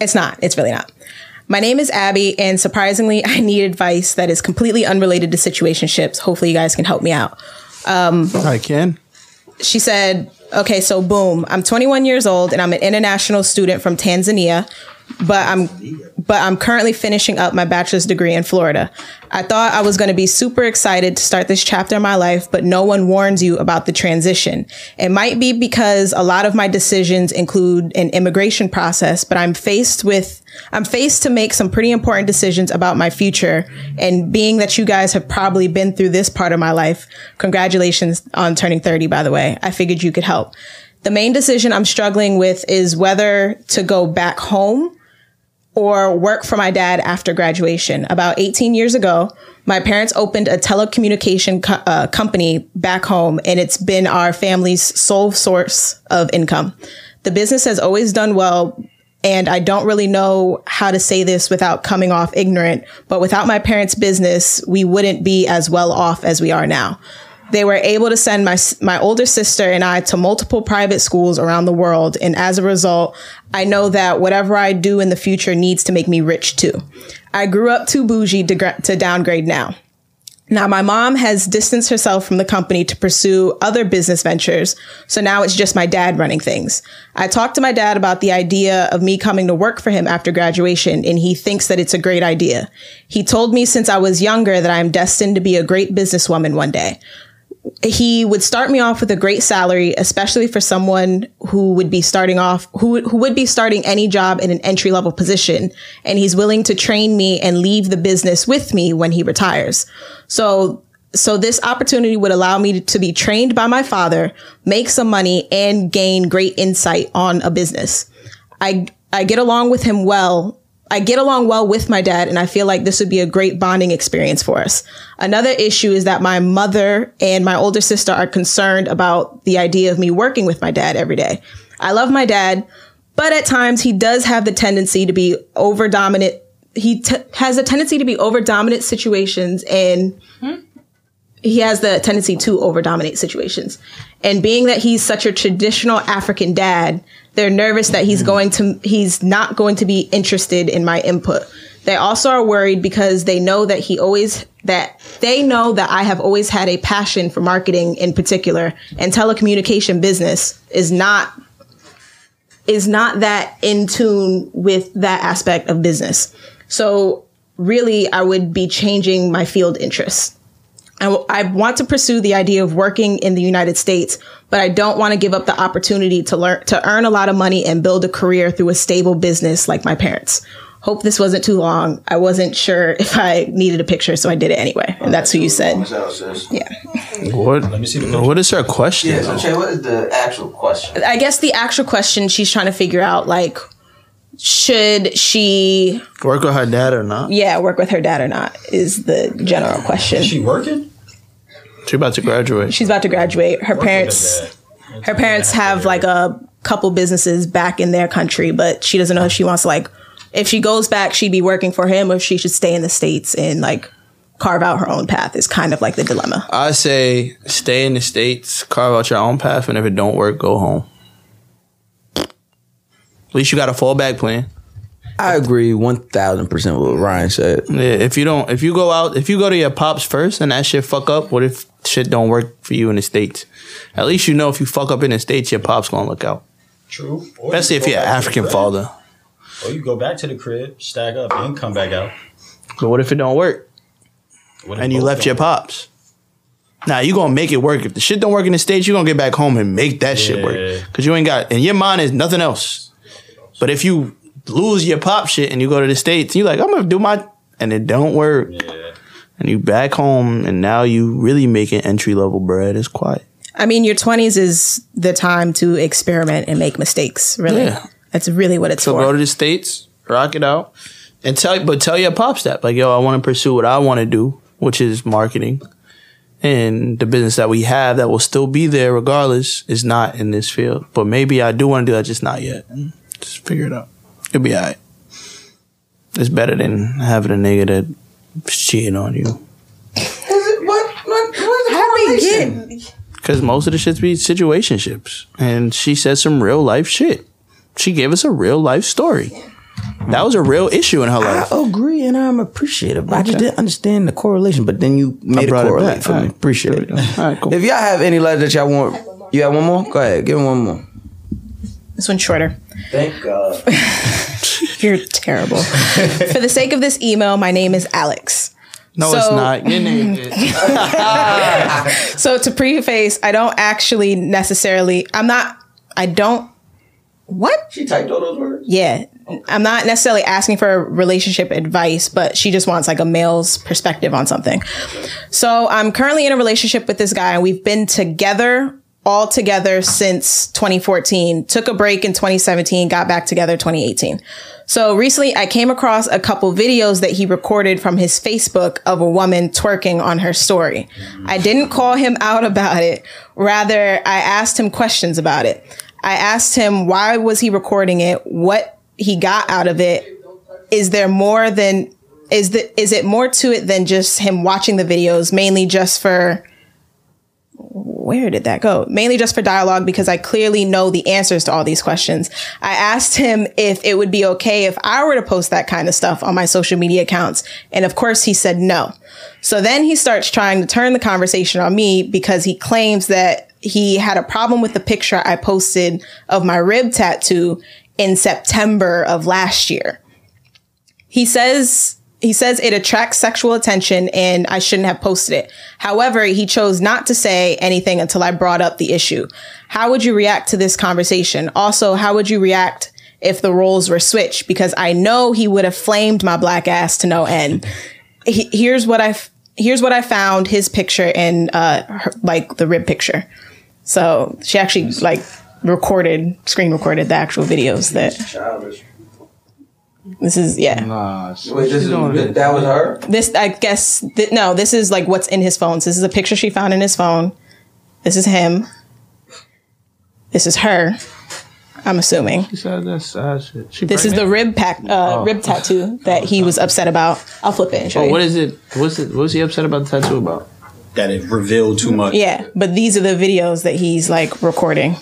It's not. It's really not. My name is Abby, and surprisingly, I need advice that is completely unrelated to situationships. Hopefully, you guys can help me out. Um, I can. she said, okay, so boom, I'm 21 years old and I'm an international student from Tanzania, but I'm but I'm currently finishing up my bachelor's degree in Florida. I thought I was going to be super excited to start this chapter in my life, but no one warns you about the transition. It might be because a lot of my decisions include an immigration process, but I'm faced with I'm faced to make some pretty important decisions about my future. And being that you guys have probably been through this part of my life, congratulations on turning 30, by the way. I figured you could help. The main decision I'm struggling with is whether to go back home or work for my dad after graduation. About 18 years ago, my parents opened a telecommunication co- uh, company back home, and it's been our family's sole source of income. The business has always done well, and I don't really know how to say this without coming off ignorant, but without my parents' business, we wouldn't be as well off as we are now. They were able to send my s- my older sister and I to multiple private schools around the world, and as a result, I know that whatever I do in the future needs to make me rich too. I grew up too bougie to, gra- to downgrade now. Now, my mom has distanced herself from the company to pursue other business ventures, so now it's just my dad running things. I talked to my dad about the idea of me coming to work for him after graduation, and he thinks that it's a great idea. He told me since I was younger that I am destined to be a great businesswoman one day he would start me off with a great salary, especially for someone who would be starting off, who, would- who would be starting any job in an entry level position. And he's willing to train me and leave the business with me when he retires. So, so this opportunity would allow me to be trained by my father, make some money and gain great insight on a business. I I get along with him well. I get along well with my dad, and I feel like this would be a great bonding experience for us. Another issue is that my mother and my older sister are concerned about the idea of me working with my dad every day. I love my dad, but at times he does have the tendency to be over dominant. He t- has a tendency to be over dominant situations and he has the tendency to over dominate situations. And being that he's such a traditional African dad, they're nervous that he's going to he's not going to be interested in my input. They also are worried because they know that he always that they know that I have always had a passion for marketing in particular and telecommunication business is not is not that in tune with that aspect of business. So really I would be changing my field interests. I, w- I want to pursue the idea of working in the United States, but I don't want to give up the opportunity to learn to earn a lot of money and build a career through a stable business like my parents. Hope this wasn't too long. I wasn't sure if I needed a picture, so I did it anyway. And that's who you said. Yeah. What? Let me see. What is her question? Yeah, so Che, what is the actual question? I guess the actual question she's trying to figure out like should she Work with her dad or not? yeah, work with her dad or not is the general question. Is she working? She about to graduate. She's about to graduate. Her parents, her parents have like a couple businesses back in their country, but she doesn't know if she wants to like if she goes back, she'd be working for him, or if she should stay in the states and like carve out her own path. Is kind of like the dilemma. I say stay in the states, carve out your own path, and if it don't work, go home. At least you got a fallback plan. I agree one thousand percent with what Ryan said. Yeah, if you don't, if you go out, if you go to your pops first and that shit fuck up, what if shit don't work for you in the states? At least you know if you fuck up in the states, your pops gonna look out. True. Or Especially if go you're an back to the African crib. father. Or you go back to the crib, stack up, and come back out. But what if it don't work? What if and you both left don't your pops. Now you gonna make it work. If the shit don't work in the states, you gonna get back home and make that shit work. Cause you ain't got and your mind is nothing else. But if you lose your pop shit and you go to the states, you like I'm gonna do my and it don't work. And you back home and now you really making entry level bread. It's quiet. I mean, your twenties is the time to experiment and make mistakes. Really, Yeah. that's really what it's So for. go to the states, rock it out, and tell but tell your pops that like yo, I want to pursue what I want to do, which is marketing, and the business that we have that will still be there regardless is not in this field. But maybe I do want to do that, just not yet. Just figure it out. You'll be alright. It's better than having a nigga that's cheating on you. What? What? What? How do they Cause most of the shits be situationships, and she said some real life shit. She gave us a real life story. That was a real issue in her life. I agree, and I'm appreciative. but I just Okay. didn't understand the correlation, but then you made it brought it correlate back. for All me. right. Appreciate it. All right, cool. If y'all have any letters that y'all want, you have one more. Go ahead, give me one more. This one's shorter. Thank God. You're terrible. for the sake of this email, my name is Alex. No, So- it's not. Your name so to preface, I don't actually necessarily. I'm not. I don't. What? She typed all those words. Yeah, I'm not necessarily asking for relationship advice, but she just wants like a male's perspective on something. So I'm currently in a relationship with this guy, and we've been together all together since 2014. Took a break in 2017, got back together 2018. So recently, I came across a couple videos that he recorded from his Facebook of a woman twerking on her story. I didn't call him out about it. Rather, I asked him questions about it. I asked him why was he recording it, what he got out of it, is there more than is the is it more to it than just him watching the videos mainly just for where did that go mainly just for dialogue because i clearly know the answers to all these questions i asked him if it would be okay if i were to post that kind of stuff on my social media accounts and of course he said no so then he starts trying to turn the conversation on me because he claims that he had a problem with the picture i posted of my rib tattoo in september of last year he says he says it attracts sexual attention and I shouldn't have posted it. However, he chose not to say anything until I brought up the issue. How would you react to this conversation? Also, how would you react if the roles were switched? Because I know he would have flamed my black ass to no end. He, here's what I f- here's what I found his picture and uh her, like the rib picture. So she actually like recorded screen recorded the actual videos that Childish. this is yeah. Nah, Wait, this is, that was her. This, I guess, th- no, this is like what's in his phone. So this is a picture she found in his phone. This is him. This is her. I'm assuming. uh, This is the rib pack, uh, Oh. rib tattoo that he was upset about. I'll flip it and show Oh, you. what is it? What's it? What was he upset about the tattoo about? That it revealed too much. Yeah, but these are the videos that he's like recording.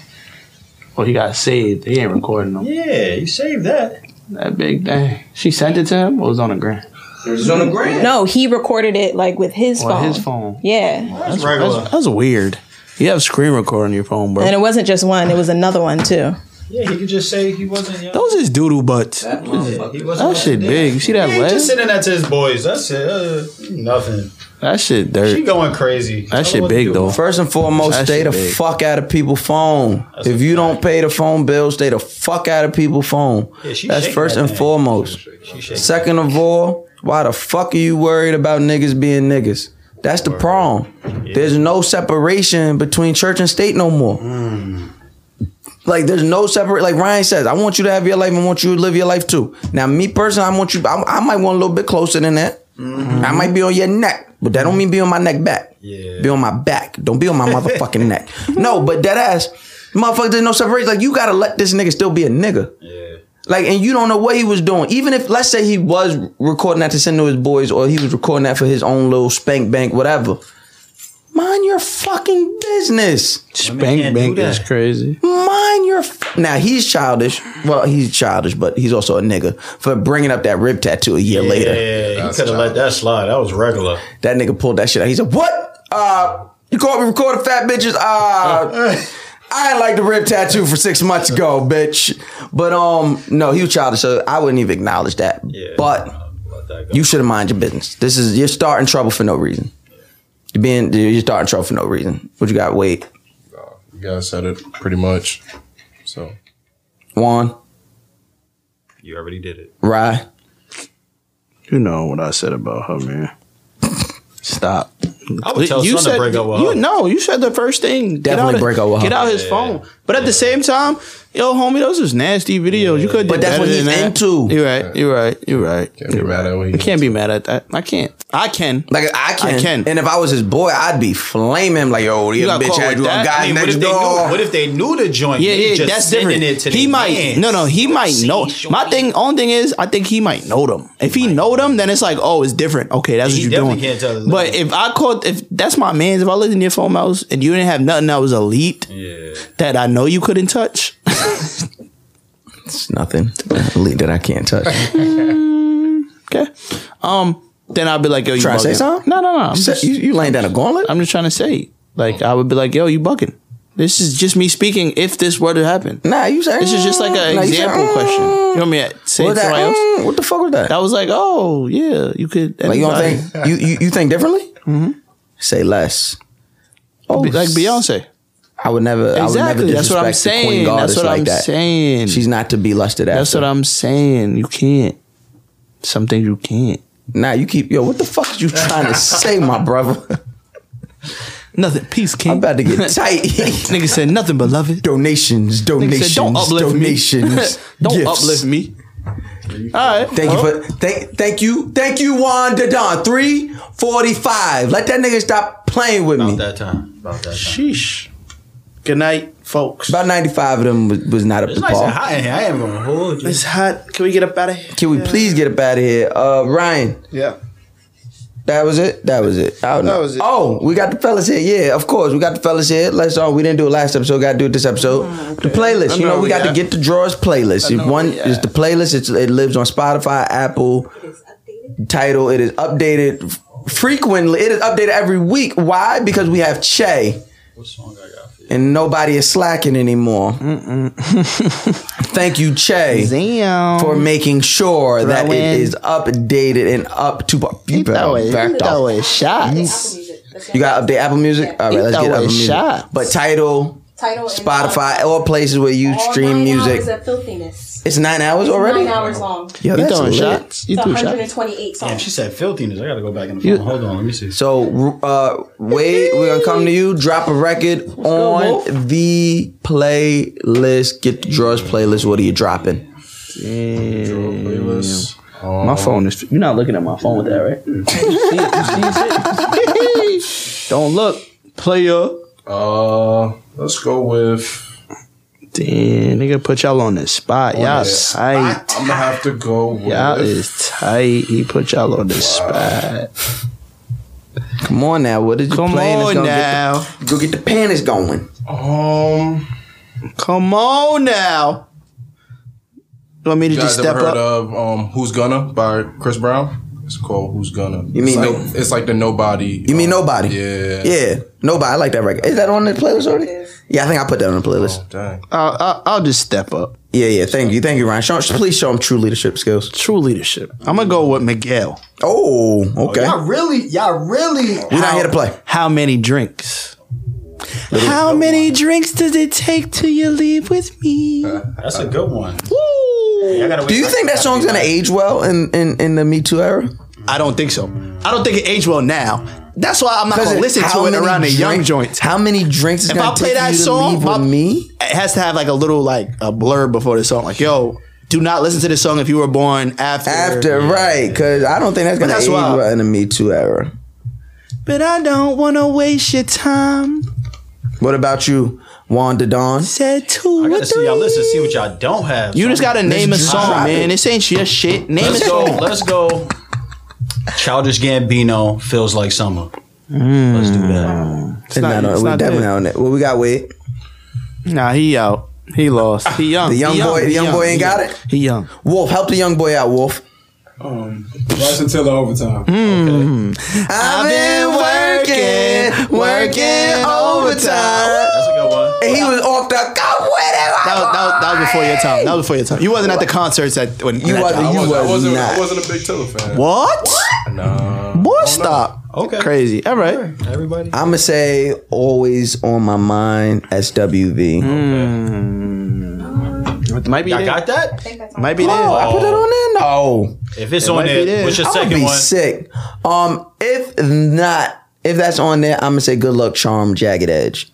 Oh, he got saved. He ain't recording them. Yeah, you saved that. That big thing. She sent it to him. Or was on a gram. It was on a gram. No, he recorded it like with his Well, phone. his phone. Yeah. That's, that's, that's weird. You have screen record on your phone, bro. And it wasn't just one; it was another one too. Yeah, he could just say he wasn't young. Those is doodle butts. That, shit big. You see that yeah, he just leg? sending that to his boys. That's it. Uh, nothing. That shit dirt. She going crazy. Tell her That shit what to big do. though. First and foremost, That stay shit the big. fuck out of people's phone. if you don't pay the phone bill, stay the fuck out of people's phone. Yeah, she That's shaking first that and thing. foremost. Second of all, why the fuck are you worried about niggas being niggas? That's the problem. There's no separation between church and state no more. Like there's no separate. Like Ryan says, I want you to have your life. and want you to live your life too. Now, me personally, I want you. I, I might want a little bit closer than that. I might be on your neck, but that don't mean be on my neck back. Be on my back. Don't be on my motherfucking neck. No, but that ass, motherfucker, there's no separation. Like you gotta let this nigga still be a nigga. Like, and you don't know what he was doing. Even if, let's say, he was recording that to send to his boys, or he was recording that for his own little spank bank, whatever. Mind your fucking business. Spank bank is crazy. Mind your. F- now he's childish. Well, he's childish, but he's also a nigga for bringing up that rib tattoo a year later. Yeah, you could have let that slide. That was regular. That nigga pulled that shit out. He said, "What? Uh, you caught me recording fat bitches? Uh, I ain't like the rib tattoo for six months ago, bitch." But um, no, he was childish, so I wouldn't even acknowledge that. but you should have mind your business. This is you're starting trouble for no reason. You're being you're starting trouble for no reason. What you got? Wait, You guys said it pretty much. So Juan, You already did it. Rye. You know what I said about her, man. Stop. I would tell you son to said break up with you her. no. You said the first thing. Get Definitely out of- break up with her. Get out his phone. But at the same time, yo, homie, those is nasty videos. You could. But that's what he's into. You're right. You're right. You're right. Can't be mad at what I can't be mad at that. I can't. I can. Like I can. I can. And if I was his boy, I'd be flaming him like, yo, You this got bitch caught had with you that? a guy I mean, what next if they door. knew- What if they knew the joint? Yeah, They yeah, just that's sending different. It to he their might mans. no, no, he might know. My thing, only thing is, I think he might know them. If he know them, then it's like, oh, it's different. Okay, that's He what you're definitely doing. can't tell the but if I called, if that's my man's, if I lived in your phone house and you didn't have nothing that was elite, that I know you couldn't touch, It's nothing elite that I can't touch. okay, um, then I'd be like, yo, you Trying to say bugging. something? No, no, no. I'm Say- just- you, you laying down a gauntlet? I'm just trying to say, like, I would be like, yo, you bugging. This is just me speaking. If this were to happen, Nah, you said this is just like an Nah, you said, example mm. question. You want me to say What it to that- somebody else? mm, What the fuck was that? That was like, oh yeah, you could. Like you don't anybody. think you you, you think differently? Mm-hmm. Say less. Oh, Be- like Beyonce. I would never. I would Exactly. never That's what I'm disrespect the saying. Queen goddess That's what like I'm that. saying. She's not to be lusted after. That's what I'm saying. You can't. Some things you can't. Nah, you keep yo. What the fuck is you trying to say, my brother? Nothing. Peace, king. I'm about to get tight. Nigga said nothing, beloved. donations, Nigga donations, said, don't uplift me. donations. don't gifts. uplift me. All right. Thank you for thank thank you thank you Juan Dadon three forty five. Let that nigga stop playing with me. That time. About that time. Sheesh. Good night, folks. About ninety five of them was, was not up It's to nice par. and hot in here. I am gonna hold you. It's hot. Can we get up out of here? Can we please get up out of here, uh, Ryan? Yeah. That was it. That was it. I don't know. That was it. Oh, we got the fellas here. Yeah, of course, we got the fellas here. Let's on. We didn't do it last episode. Got to do it this episode. The playlist. I You know know, we we got to at. get the drawers playlist. If One is the playlist. It's, it lives on Spotify, Apple. Title. It is updated f- frequently. It is updated every week. Why? Because we have Che. And nobody is slacking anymore. Thank you, Che Damn. for making sure that Throw it in- is updated and up to par. You He throw better it. back He off. throw it shots. You got update Apple Music. All right, He let's throw get it Apple Music. shots. But title, Title and Spotify, all places where you all stream nine music. Hours of filthiness. It's nine hours It's already. Nine hours long. Yo, You that's throwing lit. shots. You It's threw shots. 128 Damn, songs. she said filthiness. I gotta go back in the phone. You- Hold on, let me see. So, uh, Wade, we're gonna come to you. Drop a record on the playlist. Get the drawers playlist. What are you dropping? My Uh-huh. phone is. You're not looking at my phone with that, right? Mm-hmm. You see it? You see it? Don't look, player. Uh, let's go with. Damn, nigga, put y'all on the spot. On y'all the tight. I'm gonna have to go with. Y'all is tight. He put y'all on the spot. Come on now. What did you Come playing? on now. Go get the panties going. Um, Come on now. You want me to You guys just ever step heard up? of um, "Who's Gonna" by Chris Brown? It's called "Who's Gonna." You mean it's no- like, it's like the nobody? um, You mean Oh, nobody? Yeah. Yeah. Nobody. I like that record. Is that on the playlist already? Yeah, I think I put that on the Oh. playlist. dang. I'll, I'll, I'll just step up. Yeah, yeah. Thank you. Thank you, Ryan. Show, please show him true leadership skills. True leadership. I'm gonna go with Miguel. Oh, okay. y'all really, y'all really. We're not here to play. How many drinks? How many drinks does it take till you leave with me? Uh, That's a good one. Do you think that song's gonna age well in, in, in the Me Too era? I don't think so. I don't think it aged well now. That's why I'm not gonna listen to it around the young joints. How many drinks is If gonna I play take that you to song, leave my- with me? It has to have like a little like a blur before the song. Like, yo, do not listen to this song if you were born after. After right, because I don't think that's But gonna that's age why- well in the Me Too era. But I don't wanna waste your time. What about you, Wanda Dawn? Said two. I gotta see y'all listen, see what y'all don't have. You just gotta Let's name a drop song, it. man. This ain't your shit. Name let's a go. song. Let's go. Childish Gambino feels like summer. Let's do that. It's not, on, we definitely not on it. What we got, Wade? Nah, he out. He lost. He young. The young He boy- the He young boy He ain't got it? He young. Wolf, help the young boy out, Wolf. Um, watch until the overtime. I've been working, working overtime. That's a good one. And he was off the cup with it. That was, that, was, that was before your time. That was before your time. You wasn't at the concerts at when You that wasn't- time. you I wasn't, I was wasn't, not. I wasn't a big Tiller fan. What? Nah. Boy, stop. Okay. Crazy. All right. Everybody. I'ma say always on my mind SWV. It Mm. might be Y'all there. got that? Might be Oh, there. I put that on there. No. If it's It on might be there, there. what's your I'm gonna second be one? sick. Um, if not, if that's on there, I'm gonna say good luck, charm, jagged edge.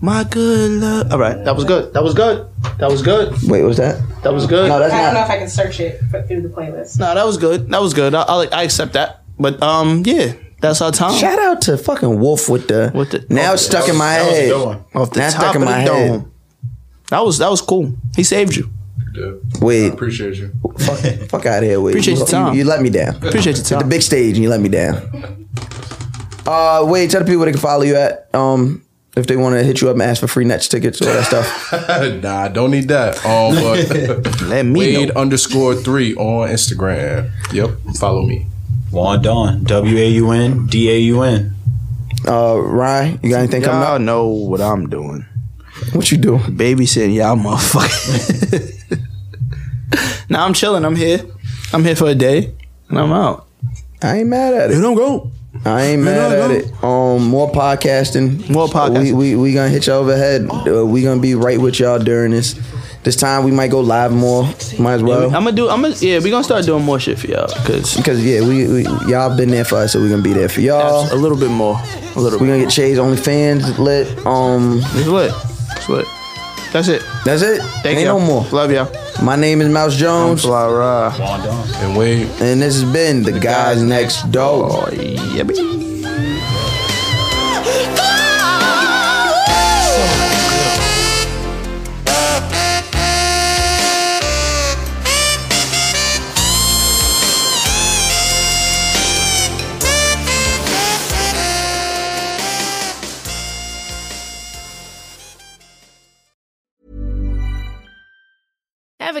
My good love. All right. That was good. That was good. That was good. Wait, what's that? That was good. No, that's I don't know not. if I can search it for- through the playlist. No, that was good. That was good. I, I, I accept that. But um, yeah, that's our time. Shout out to fucking Wolf with the. With the now it's stuck in my head. Off the now it's top stuck in of my the head. dome. That was that was cool. He saved you. I Wait, appreciate you. fuck, fuck out of here. Wait, Appreciate you, your time. You, you let me down. Appreciate your At the time. big stage, and you let me down. Uh, wait, tell the people they can follow you at. Um, if they want to hit you up and ask for free Nets tickets or that stuff. nah, don't need that. Um, but Let me Wade uh, know. underscore three on Instagram. Yep, follow me. Juan Dawn. W A U N D A U N. Uh, Ryan, you got anything coming Y'all up? know what I'm doing. What you doing? babysitting y'all motherfuckers. now I'm chilling. I'm here. I'm here for a day, and I'm out. I ain't mad at it. You don't go. I ain't mad know, at no. it. Um, more podcasting. More podcasting. We we, we gonna hit y'all over the head. Uh, we gonna be right with y'all during this. This time we might go live more. Might as well. I'm gonna do. I'm gonna. Yeah, we gonna start doing more shit for y'all because Because yeah, we, we y'all been there for us, so we gonna be there for y'all. Uh, a little bit more. A little We bit. gonna get Shay's OnlyFans lit. Um, It's lit. It's lit. That's it. that's it. Thank Ain't you. no more. Love y'all. My name is Mouse Jones, Fly ride. Juan Dawn. And Wade. and this has been the guys next door. Oh yeah. baby. Ever